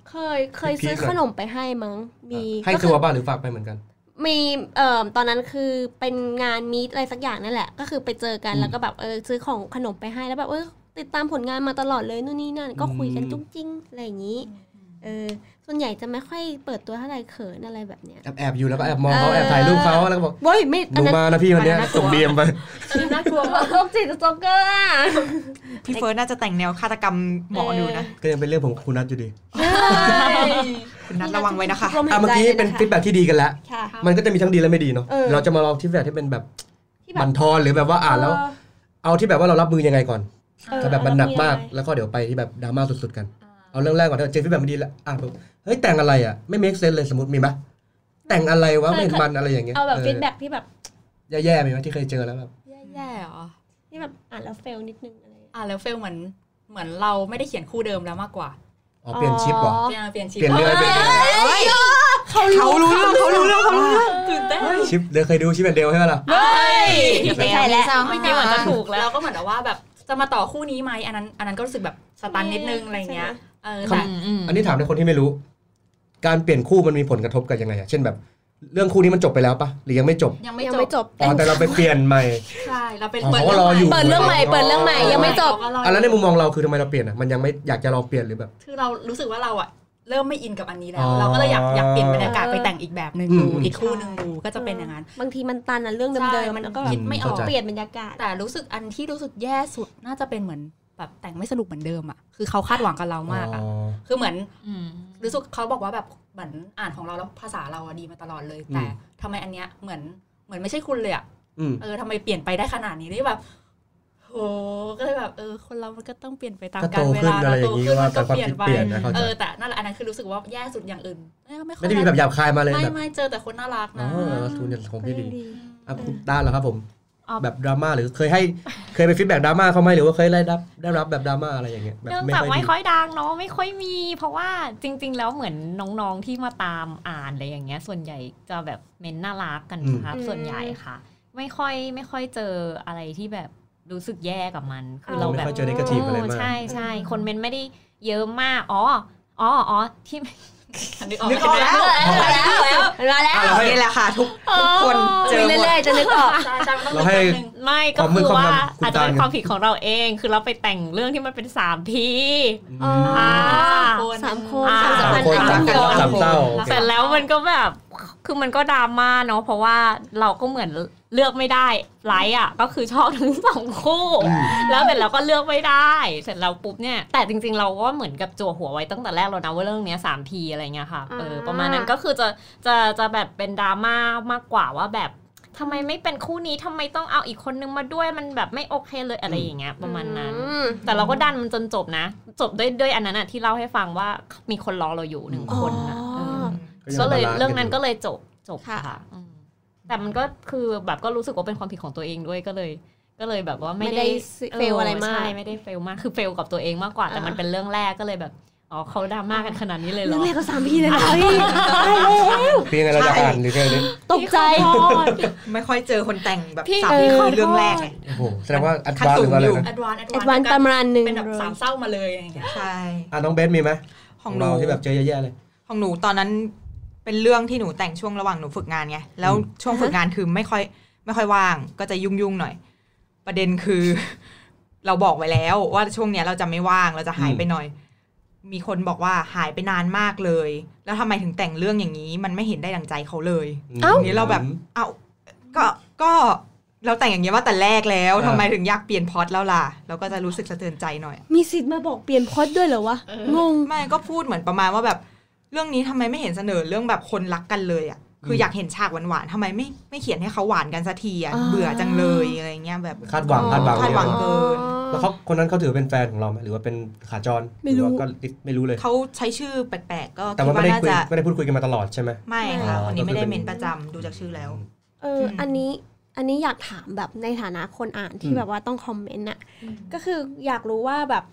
Speaker 4: เคยเคยซื้อ
Speaker 2: พีคๆหน่อย
Speaker 4: ขนมไปให้มั้งมี
Speaker 2: ให้
Speaker 4: ก็คื
Speaker 2: ตั
Speaker 4: อ
Speaker 2: วบ้างหรือฝากไปเหมือนกัน
Speaker 4: มีเอ่อตอนนั้นคือเป็นงานมีตอะไรสักอย่างนั่นแหละ ก็คือไปเจอกัน
Speaker 2: อืม
Speaker 4: แล้วก็แบบเออซื้อของขนมไปให้แล้วแบบเออติดตามผลงานมาตลอดเลยนู่นนี่นั่นก็คุยกัน
Speaker 2: อืม
Speaker 4: จุ้งจิ้งอะไรอย่างนี้เออส่วนใหญ่จะไม่ค่อยเปิดตัวเท่าไหร่เขินอะไรแบบเนี้ย
Speaker 2: แอบแอบอยู่แล้วก็แอบมองเขา
Speaker 4: เออ
Speaker 2: แอบถ่ายรูปเขาแล้วก็บอก
Speaker 4: เว้ยไม่
Speaker 2: ห
Speaker 4: อั
Speaker 2: นู
Speaker 4: นนั้น
Speaker 2: มานะพี่วันเนี้ยส่งเบียมไป
Speaker 5: น่ากลัวมาก
Speaker 4: โรคจิตสโตอกเกอร์อะ
Speaker 7: พี่เฟิร์สน่าจะแต่งแนวฆาตกรรมหมออยู่นะ
Speaker 2: ก็ยังเป็นเรื่องของคุณนัทอยู่ดี
Speaker 7: คุณนัทระวังไว้นะคะ
Speaker 4: ลม
Speaker 2: อ่ะ
Speaker 4: หาย
Speaker 2: เมื่อ
Speaker 4: ใจ
Speaker 2: กี้เป็น
Speaker 4: ลยะคะ
Speaker 2: ฟีดแบ็ที่ดีกันแล้ว
Speaker 4: ค่ะ
Speaker 2: มันก็จะมีทั้งดีและไม่ดีเนาะ
Speaker 4: เออ
Speaker 2: เราจะมาลองฟีดแบ็ที่เป็นแบบ
Speaker 4: ที่แบบ
Speaker 2: บันทอนหรือแบบว่าอ่านแล้ว เอาที่แบบว่าเรารับมือยังไงก่อน
Speaker 4: เออ
Speaker 2: ถ้าแบบมันหนักมาก
Speaker 4: เอ
Speaker 2: แล้วก็เดี๋ยวไปที่แบบดราม่าสุดๆกัน เอาเรื่องแรกก่อนถ้าเจอฟีดแบ็ไม่ดีแล้วอ่านแบบเฮ้ยแต่งอะไรอ่ะไม่ make sense เลยสมมติมีไหมแต่งอะไรวะไม่เห็นมันอะไรอย่างเงี้ย
Speaker 4: เอาแบบ
Speaker 2: เออ
Speaker 4: ฟีดแบ็ที่แบบ
Speaker 2: แย่ๆมีไหมที่เคยเจอแล้วแบบ
Speaker 5: แย่ๆเหรอ
Speaker 4: ที่แบบอ่านแล้วเฟลนิดนึงอะไรอย่างเงี้ย
Speaker 5: อ่ะแล้วเฟลเหมือนเหมือนเราไม่ได้เขียนคู่เดิมแล้วมากกว่า
Speaker 2: อ๋อเปลี่ยนชิปเหรอ
Speaker 5: เปลี่ยนเปลี่ยนชิป
Speaker 2: เปลี่ยนเรื่องเปลี่ยนเรื่อง
Speaker 7: เขารู้เรื่องเขารู้เรื่องเขารู้เรื่อง
Speaker 5: ตื่นเต้น
Speaker 2: ชิปเดี๋ยวเคยดูชิปแอนด์เดลใช่ไหมล่ะ
Speaker 6: ไม่ใช่แล้ว
Speaker 7: ไม่
Speaker 5: คิด
Speaker 7: เหมื
Speaker 5: ว่า
Speaker 7: อน
Speaker 5: จะ
Speaker 7: จะถู
Speaker 5: ถู
Speaker 7: ก
Speaker 5: กแล้วเราก็เหมือนแบบว่าแบบจะมาต่อคู่นี้ไหมอันนั้น อันนั้นก็รู้สึกแบบสตันนิดนึงอะไรเงี้ยเออแต่
Speaker 2: อันนี้ถามในคนที่ไม่รู้ การเปลี่ยนคู่มันมีผลกระทบกับยังไงอะเช่นแบบ เรื่องคู่นี้มันจบไปแล้วปะหรือยังไม่จบ
Speaker 5: ยังไม่
Speaker 4: ยัง
Speaker 5: จ
Speaker 4: ไม่
Speaker 5: บ
Speaker 4: จบ
Speaker 2: อ๋อแต่เราไปเปลี่ยนใหม่
Speaker 5: ใช่เราเป็น
Speaker 2: อ๋อ
Speaker 5: เปิด
Speaker 2: เขาก็รออยู่
Speaker 4: เปิดเรื่องใหม่ เปิดเรื่องใหม่ ยังไม่จบ
Speaker 5: เขาก็รอ
Speaker 2: อั
Speaker 5: อน
Speaker 2: แล้วใน
Speaker 5: ยู่
Speaker 2: มุมมองเราคือทำไมเราเปลี่ยนอะมันยังไม่อยากจะลองเปลี่ยนหรือแบบ
Speaker 5: คือเรารู้สึกว่าเราอะเริ่มไม่อินกับอันนี้แล้
Speaker 2: อ๋
Speaker 5: ว
Speaker 2: อ
Speaker 5: เราก็เลยอยากอยากเปลี่ยนบรรยากาศไปแต่งอีกแบบหนึ่งดู
Speaker 2: อืม
Speaker 5: อีกคู่หนึ่งดูก็จะเป็นอย่างนั้น
Speaker 4: บางทีมันตันอะเรื่อง
Speaker 5: ใช่
Speaker 4: เดิมๆ
Speaker 5: มัน
Speaker 4: แล้วก็แบบ
Speaker 5: คิดไม่ออก
Speaker 2: เข้าใจ
Speaker 4: เปลี่ยนบรรยากาศ
Speaker 5: แต่รู้สึกอันที่รู้สึกแย่สุดน่าจะเป็นเหมือนแบบแต่งไม่สนุกเหมือนเดิมอะคือเขาคาดหวังกับเรามากอะ
Speaker 2: อ๋อ
Speaker 5: คือเหมือน
Speaker 6: อืม
Speaker 5: รู้สึกเขาบอกว่าแบบเหมือนอ่านของเราแล้วภาษาเราอะดีมาตลอดเลย
Speaker 2: อืม
Speaker 5: แต่ทำไมอันเนี้ยเหมือนเหมือนไม่ใช่คุณเลยอะ
Speaker 2: อืม
Speaker 5: เออทำไมเปลี่ยนไปได้ขนาดนี้ได้แบบโหก็เลยแบบเออคนเรามันก็ต้องเปลี่ยนไปตาม
Speaker 2: ก็
Speaker 5: กา
Speaker 2: โต
Speaker 5: ลเว
Speaker 2: ขึ้น
Speaker 5: ลา
Speaker 2: อะไร
Speaker 5: เรา
Speaker 2: อ
Speaker 5: โต
Speaker 2: ย่างนี้
Speaker 5: ขึ้น
Speaker 2: ว่า
Speaker 5: มัน
Speaker 2: แต่ค
Speaker 5: ก็
Speaker 2: วาม
Speaker 5: เปลี่ยน
Speaker 2: คิด
Speaker 5: ไป
Speaker 2: เปลี่ยนนะเข้าใจ
Speaker 5: เออแต่นั่นแหละอันนั้นคือรู้สึกว่าแย่สุดอย่างอื่นเอ้ยไม่ค่
Speaker 2: ไม่
Speaker 5: อย
Speaker 2: ได้มีแบบหยาบคายมาเลย
Speaker 5: ไม่
Speaker 2: แบบ
Speaker 5: ไม่เจอแต่คนน่ารัก
Speaker 2: อ๋อ
Speaker 5: นะ
Speaker 2: ทุนอย่างของพี่ดี
Speaker 5: ม
Speaker 2: อ่ะคุณด้านเหรอครับผม
Speaker 6: อ๋อ
Speaker 2: แบบดราม่าหรือเคยให้เคยไปฟีดแบ็กดราม่าเขาไหมหรือว่าเคยได้รับได้รับแบบดราม่าอะไรอย่างเงี้ยแบบ
Speaker 6: เนื่อง
Speaker 2: ไม่
Speaker 6: จาก
Speaker 2: ค่อย
Speaker 6: ไม่
Speaker 2: ดี
Speaker 6: ค่อยดังเนาะไม่ค่อยมี เพราะว่าจริง ๆ แล้วเหมือนน้องๆที่มาตามอ่านอะไรอย่างเงี้ย ส่วนใหญ่จะแบบเมนน่ารักกันครับ
Speaker 4: อืม
Speaker 6: ส่วนใหญ่ค่ะ ไม่ค่อยไม่ค่อยเจออะไรที่แบบรู้สึกแย่กับมัน คือ
Speaker 2: เรา
Speaker 6: เรา
Speaker 2: ไม่
Speaker 6: แบบ
Speaker 2: ค่อยเจอ negative อะไรมาก
Speaker 6: ใช่ใช่คนเมนไม่ได้เยอะมากอ๋ออ๋ออ๋อที่
Speaker 5: อันนี้ออก
Speaker 7: นึกออก
Speaker 5: ใช่ไหม
Speaker 7: แล้ว
Speaker 4: มาแล้วมาแล้ว
Speaker 2: อ่ะเราให้
Speaker 7: นี่แหละค่ะ ทุกทุกคนเจ
Speaker 4: คุย
Speaker 7: อหมด
Speaker 4: เรื่อยๆจะนึกออก
Speaker 5: ใช่ใช่มันต้อง
Speaker 2: เราให้
Speaker 5: มีคนหนึ่ง
Speaker 6: ไม่
Speaker 2: ค
Speaker 6: ก็
Speaker 2: วามมื
Speaker 6: คื
Speaker 2: ด
Speaker 6: อ
Speaker 2: ความ
Speaker 6: ว่า
Speaker 2: ดำคุณ
Speaker 6: อาจจะเป็น
Speaker 2: ตาไง
Speaker 6: ความผิดของเราเอง คือเราไปแต่งเรื่องที่มันเป็นสามที
Speaker 4: อ๋อ
Speaker 6: อ่า
Speaker 4: สามคน
Speaker 6: อ่า
Speaker 2: สามคนสามคนสามเศร้าโอเค
Speaker 6: เสร็จแล้วมันก็แบบ คือมันก็ดราม่าเนาะเพราะว่าเราก็เหมือนเลือกไม่ได้ไลค์อ่ะก็คือชอบทั้งสองคู่
Speaker 2: อืม
Speaker 6: แล้วเสร็จแล้วก็เลือกไม่ได้ เสร็จแล้วปุ๊บเนี่ย แต่จริงๆ เราก็เหมือนกับจั่วหัวไว้ตั้งแต่แรกแล้วนะว่าเรื่องเนี้ยสามทีอะไรเงี้ยค่ะ เออ
Speaker 4: อ่า
Speaker 6: ประมาณนั้นก็คือจะ จะจะแบบเป็นดราม่ามากกว่าว่าแบบทำไมไม่เป็นคู่นี้ทำไมต้องเอาอีกคนนึงมาด้วยมันแบบไม่โอเคเลยอะไรอย่างเงี้ยประมาณนั้น
Speaker 4: อืม
Speaker 6: แต่เราก็ดันมันจนจบนะ จบด้วยด้วยอันนั้นอ่ะที่เล่าให้ฟังว่ามีคนรอเราอยู่หนึ่งคนนะ
Speaker 4: อ๋อ
Speaker 6: เอ
Speaker 2: ยัง
Speaker 6: อก็เลย
Speaker 2: บาาซ์
Speaker 6: เรื่องนั้นก็
Speaker 2: ยู่
Speaker 6: เลยจบจบ
Speaker 4: ค่ะ
Speaker 6: ค่ะอืมแต่มันก็คือแบบก็รู้สึกว่าเป็นความผิดของตัวเองด้วยก็เลย ก็เลยแบบว่า
Speaker 4: ไม่
Speaker 6: ไม่
Speaker 4: ได้
Speaker 6: ได้
Speaker 4: เฟลอะไรมาก
Speaker 6: ใช่ไม่ได้เฟลมากคือเฟลกับตัวเองมากกว่า แต่
Speaker 4: อ่ามั
Speaker 6: มันเป็นเรื่องแรกก็เลยแบบอ๋อเขาดราม่ากันขนาดนี้เลยเหร
Speaker 4: เรื่อ
Speaker 6: อง
Speaker 4: แรกก็สามพีเลยนะเฮ้ยตายแล้ว
Speaker 2: เป็นยังไงเราจะอ่านหรือไงเนี่ย
Speaker 4: ตกใจ
Speaker 6: พี่ขอโทษ
Speaker 7: ไม่ค่อยเจอคนแต่งแบบ
Speaker 6: พี่
Speaker 7: สามีเรื่องแรกไง
Speaker 2: โอ้โหแสดงว่าอัด
Speaker 7: ขั้น
Speaker 2: บ้านห
Speaker 7: สู
Speaker 2: รือว่าอะไร
Speaker 7: งอยู่
Speaker 2: นะ
Speaker 5: แอดวานซ์แอด
Speaker 4: แอดวานซ์ประมาณหนึ่ง
Speaker 5: เป็นแบบ
Speaker 4: เลย
Speaker 5: สามเศร้ามาเลยอะไรอย่างเงี้ย
Speaker 7: ใช่
Speaker 2: อ่ะน้องเบสมีไหม
Speaker 7: ข
Speaker 2: ข
Speaker 7: อ
Speaker 2: อง ง
Speaker 7: ห
Speaker 2: เรา
Speaker 7: นู
Speaker 2: ที่แบบเจอแย่ๆเลย
Speaker 7: ของหนูตอนนั้นเป็นเรื่องที่หนูแต่งช่วงระหว่างหนูฝึกงานไงแล้ว
Speaker 2: อืม
Speaker 7: ช่วงฝึกงานคือไม่ค่อย ไม่ค่อยว่าง ก็จะยุ่งยุ่งๆหน่อย ประเด็นคือ เราบอกไว้แล้วว่าช่วงเนี้ยเราจะไม่ว่างเราจะหายไปหน่อย มีคนบอกว่าหายไปนานมากเลย แล้วทำไมถึงแต่งเรื่องอย่างนี้ มันไม่เห็นได้ดังใจเขาเลย
Speaker 2: ม
Speaker 4: เอ้า
Speaker 7: นี่เราแบบ เอาก็ก็เราแต่งอย่างเงี้ยมาแต่แรกแล้ว
Speaker 2: เออ
Speaker 7: ทำไมถึงอยากเปลี่ยนพล็อตแล้วล่ะ เราก็จะรู้สึกสะเทือนใจหน่อย
Speaker 4: มีสิทธิ์มาบอกเปลี่ยนพอดด้วยเหรอวะ งง
Speaker 7: ไม่ก็พูดเหมือนประมาณว่าแบบ เรื่องนี้ทำไมไม่เห็นเสนอเรื่องแบบคนรักกันเลยอ่ะคืออยากเห็นฉากหวานๆทำไมไม่ไม่เขียนให้เขาหวานกันสักทีอ่ะ
Speaker 4: อ่า
Speaker 7: เบื่อจังเลยอะไรเงี้ยแบบ
Speaker 2: คาดหวังคาดหวัง
Speaker 7: คาดหวัง เกิน
Speaker 2: แล้วเขาคนนั้นเขาถือเป็นแฟนของเราไหมหรือว่าเป็นขาจร
Speaker 4: ไม่
Speaker 2: ห
Speaker 4: รู้
Speaker 2: อว่าก็ไม่รู้เลย
Speaker 7: เขาใช้ชื่อแปลกๆ ก็
Speaker 2: แต่
Speaker 7: คิ
Speaker 2: ว่า
Speaker 7: ด
Speaker 2: ไม่ได้
Speaker 7: ว่าน่า
Speaker 2: คุย
Speaker 7: จะ
Speaker 2: ไม่ได้พูดคุยกันมาตลอดใช่ไหม
Speaker 7: ไม่ค่ะ
Speaker 2: อ๋อ
Speaker 7: คนนี้ไม่ได้
Speaker 2: ก็คือเป็น
Speaker 7: เมนประจำดูจากชื่อแล้ว
Speaker 4: เอออ
Speaker 7: ม
Speaker 4: อันนี้อันนี้อยากถามแบบในฐานะคนอ่านที่
Speaker 2: อืม
Speaker 4: แบบว่าต้องคอมเมนต์น่ะก็คืออยากรู้ว่าแบบ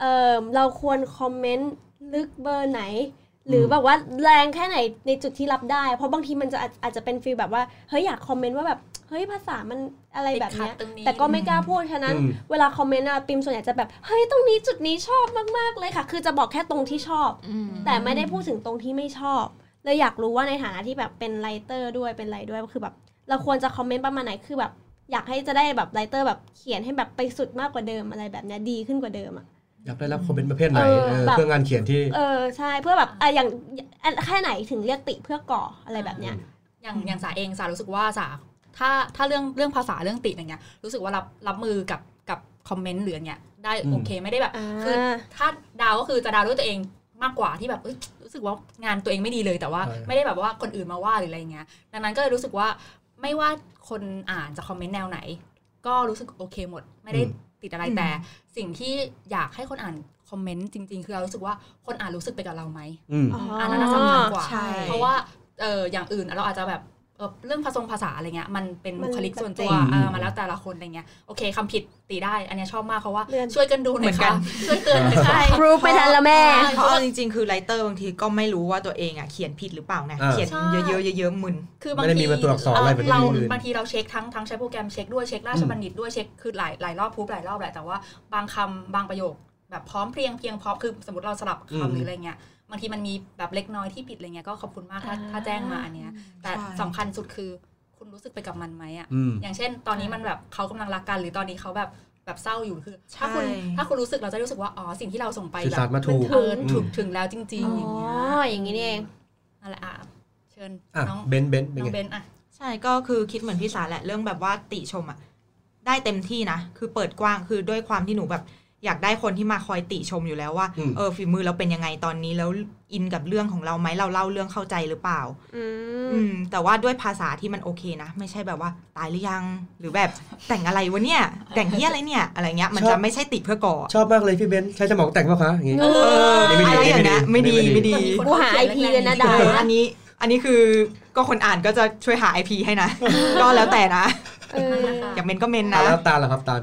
Speaker 4: เออเราควรคอมเมนต์ลึกเบอร์ไหน หรือแบบว่าแรงแค่ไหนในจุดที่รับได้ เพราะบางทีมันจะอาจอาจจะเป็นฟีลแบบว่าเฮ้ยอยากคอมเมนต์ว่าแบบเฮ้ยภาษามันอะไรแบบ
Speaker 5: ติดขัด
Speaker 4: เนี้ย
Speaker 5: ตรงนี้
Speaker 4: แต่ก็ไม่กล้าพูดฉะนั้น
Speaker 2: อืม
Speaker 4: เวลาคอมเมนต์อะปิมส่วนใหญ่จะแบบเฮ้ยตรงนี้จุดนี้ชอบมากๆเลยค่ะ คือจะบอกแค่ตรงที่ชอบ
Speaker 3: อืม
Speaker 4: แต่ไม่ได้พูดถึงตรงที่ไม่ชอบเลยอยากรู้ว่าในฐานะที่แบบเป็นไรเตอร์ด้วยเป็นอะไรด้วยคือแบบ เราควรจะคอมเมนต์ประมาณไหนคือแบบ อยากให้จะได้แบบไรเตอร์แบบเขียนให้แบบไปสุดมากกว่าเดิมอะไรแบบเนี้ยดีขึ้นกว่าเดิมอะ
Speaker 2: อยากได้รับคอมเมนต์ประเภทไหน
Speaker 4: เออ
Speaker 2: เออ
Speaker 4: แบบ
Speaker 2: เพื่องานเขียนที่
Speaker 4: เออใช่เพื่อแบบอะอย่างอันแค่ไหนถึงเรียกติเพื่อก่ออะไรแบบเนี้ย
Speaker 5: อย่างอย่างสาเองสารู้สึกว่าสาถ้าถ้าเรื่องเรื่องภาษาเรื่องติอะไรเงี้ยรู้สึกว่ารับรับมือกับกับคอมเมนต์หรืออะไรเงี้ยได้
Speaker 2: อืม
Speaker 5: โอเคไม่ได้แบบ
Speaker 4: อ่า
Speaker 5: คือถ้าดาวก็คือจะดาวด้วยตัวเองมากกว่าที่แบบเอ้ยรู้สึกว่างานตัวเองไม่ดีเลยแต่ว่า
Speaker 2: ใช่
Speaker 5: ไม่ได้แบบว่าคนอื่นมาว่าหรืออะไรเงี้ยดังนั้นก็เลยรู้สึกว่าไม่ว่าคนอ่านจะคอมเมนต์แนวไหน ก็รู้สึกโอเคหมด ไม่ได้ติดอะไรแต่ สิ่งที่อยากให้คนอ่านคอมเมนต์จริง ๆ คือเรารู้สึกว่าคนอ่านรู้สึกไปกับเราไหม
Speaker 2: อืม
Speaker 5: อันนั้นน่าสำคัญกว่า
Speaker 7: ใช่
Speaker 5: เพราะว่าเอออย่างอื่นเราอาจจะแบบเอ่อเรื่องภาษาภาษาอะไรเงี้ยมันเป็น
Speaker 4: มัน
Speaker 5: บุคลิกส่วนตัว
Speaker 2: อืม
Speaker 5: เออมาแล้วแต่ละคนอะไรเงี้ยโอเคคำผิดตีได้ อันเนี้ยชอบมากเพราะว่า
Speaker 4: เลื่อน
Speaker 5: ช่วยกันดูหน่อย
Speaker 7: เหมือนกั
Speaker 5: ค่ะ
Speaker 7: น
Speaker 5: ช่วยเตือนหน่อยค่ะ
Speaker 4: รู้ไปทันละแม่
Speaker 7: เพราะเอาจริงๆ คือไรเตอร์บางทีก็ไม่รู้ว่าตัวเองอ่ะเขียนผิดหรือเปล่าไง
Speaker 2: อ่า
Speaker 7: เขียนเยอะๆเยอะๆมึน
Speaker 5: คือบาง
Speaker 2: ไม่ได้มี
Speaker 5: ที
Speaker 2: เป็นตัวอักษรอะไรแบบนี้
Speaker 5: เรา
Speaker 2: อื่น
Speaker 5: บางทีเราเช็คทั้งทั้งใช้โปรแกรมเช็คด้วยเช็คราชบัณฑิตด้วยเช็คคือหลายหลายรอบพูดหลายรอบแหละแต่ว่าบางคำบางประโยค แบบพร้อมเพรียงเพียงพร้อมคือสมมติเราสลับ
Speaker 2: อืม
Speaker 5: คำหรืออะไรเงี้ยบางทีมันมีแบบเล็กน้อยที่ผิดอะไรเงี้ยก็ขอบคุณมากถ้า
Speaker 6: อ่า
Speaker 5: ถ้าแจ้งมาอันเนี้ยแต่
Speaker 7: ใช่
Speaker 5: สำคัญสุดคือคุณรู้สึกไปกับมันไหมอะ
Speaker 2: อืม
Speaker 5: อย่างเช่น ตอนนี้มันแบบเขากำลังรักกันหรือตอนนี้เขาแบบแบบเศร้าอยู่คือ ถ้าคุณ
Speaker 7: ใช่
Speaker 5: ถ้าคุณรู้สึกเราจะรู้สึกว่าอ๋อสิ่งที่เราส่งไป
Speaker 2: สื่อสารมาถูก
Speaker 5: เออถูกถึงแล้วจริ
Speaker 4: อ๋
Speaker 5: งๆอย่างเงี้ย
Speaker 4: ออย่างงี้นี่เอง
Speaker 5: อะไรอ่ะเชิญ
Speaker 2: อ่ะ
Speaker 5: น้อง
Speaker 2: เบนซ์เบนซ์เป็น
Speaker 5: น้อ
Speaker 2: ไง
Speaker 5: งเบนซ์อ่ะ
Speaker 7: ใช่ก็คือคิดเหมือนพี่สาแหละเรื่องแบบว่าติชมอ่ะได้เต็มที่นะ คือเปิดกว้างคือด้วยความที่หนูแบบอยากได้คนที่มาคอยติชมอยู่แล้วว่า
Speaker 2: อืม
Speaker 7: เออฝีมือเราเป็นยังไงตอนนี้แล้วอินกับเรื่องของเราไหมเราเล่าเรื่องเข้าใจหรือเปล่า
Speaker 4: อืม
Speaker 7: อืมแต่ว่าด้วยภาษาที่มันโอเคนะ ไม่ใช่แบบว่าตายหรือยัง หรือแบบแต่งอะไรวะเนี่ย แต่งเฮียอะไรเนี่ย อะไรเงี้ยมัน
Speaker 2: ช
Speaker 7: จะ
Speaker 2: อบ
Speaker 7: ไม่ใช่ติดเพื่อก่อ
Speaker 2: ชอบมากเลยพี่เบนซ์ใช้สมองแต่งป่ะคะอย่างงี้
Speaker 5: เอ
Speaker 7: เออ
Speaker 2: นี่ไม่ดี
Speaker 7: อะไรอย่างเงี้ย
Speaker 2: ไม่
Speaker 7: ไม่
Speaker 2: ดี
Speaker 7: ดีไม่ดี
Speaker 5: มีคน
Speaker 4: กูหา
Speaker 5: เขียน
Speaker 4: IP เลยนะ
Speaker 5: แร
Speaker 4: ดา
Speaker 5: งๆ
Speaker 7: เอออันนี้อันนี้คือก็คนอ่านก็จะช่วยหา IP ให้นะ ก็แล้วแต่นะ
Speaker 4: เออ
Speaker 7: อยากเมนก็เมน
Speaker 2: อ่ะ
Speaker 7: นะ
Speaker 2: แล้วตาลล่ะครับตาล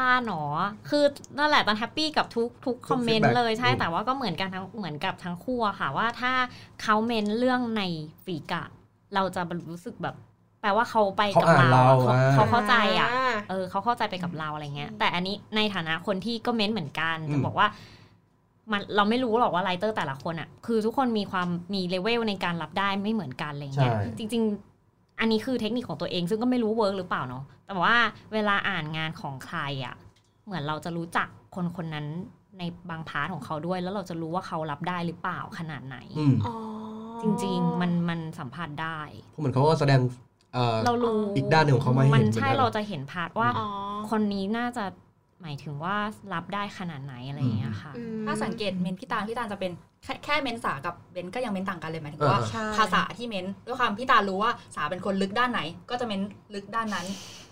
Speaker 6: ป้าหนอ คือนั่นแหละตอนแฮปปี้กับทุกทุกคอมเมน
Speaker 2: feedback
Speaker 6: ต์เลยใช่
Speaker 2: อืม
Speaker 6: แต่ว่าก็เหมือนกันทั้งเหมือนกับทั้งคู่อะค่ะ ว่าถ้าเขาเมนเรื่องในฝีกะ เราจะรู้สึกแบบ แปลว่าเขาไป
Speaker 2: เขา
Speaker 6: กับ
Speaker 2: อ่าน
Speaker 6: เรา
Speaker 2: เรา
Speaker 6: อะเขา
Speaker 2: อ่า
Speaker 6: เขาเข้าใจอ่ะ เออเขาเข้าใจไปกับเราอะไรเงี้ย แต่อันนี้ในฐานะคนที่ก็เม้นเหมือนกัน
Speaker 2: อืม
Speaker 6: จะบอกว่า มันเราไม่รู้หรอกว่าไรเตอร์แต่ละคนอ่ะ คือทุกคนมีความมีเลเวลในการรับได้ไม่เหมือนกันอะไรเงี้ย
Speaker 2: ใช่
Speaker 6: จริง ๆ อันนี้คือเทคนิคของตัวเอง ซึ่งก็ไม่รู้เวิร์กหรือเปล่าเนาะแต่ว่าเวลาอ่านงานของใครอ่ะ เหมือนเราจะรู้จักคนคนนั้นในบางพาร์ทของเขาด้วย แล้วเราจะรู้ว่าเขารับได้หรือเปล่าขนาดไหน
Speaker 2: อืม
Speaker 4: อ๋อ
Speaker 6: จริง ๆ มันมันสัมผัสได้
Speaker 2: เพราะเหมือนเขาก็แสดงเอ่อ
Speaker 6: เรารู้
Speaker 2: อีกด้านหนึ่งของเขามาให้เห็น
Speaker 6: มัน
Speaker 2: เหมือน
Speaker 6: ใช่
Speaker 2: กัน
Speaker 6: เราจะเห็นพาร์ทว่า
Speaker 4: อ๋อ
Speaker 6: คนนี้น่าจะหมายถึงว่ารับได้ขนาดไหนอะไรอย่างเงี้ยค่ะ
Speaker 4: อืม
Speaker 5: ถ้าสังเกตเมนพี่ตาลพี่ตาลจะเป็นแค่แค่เมนสากับเบนก็ยังเมนต่างกันเลยหมายถึงว่า
Speaker 2: เออ
Speaker 7: ใช่
Speaker 5: ภาษาที่เมนด้วยความพี่ตาลรู้ว่าสาเป็นคนลึกด้านไหน ก็จะเมนลึกด้านนั้น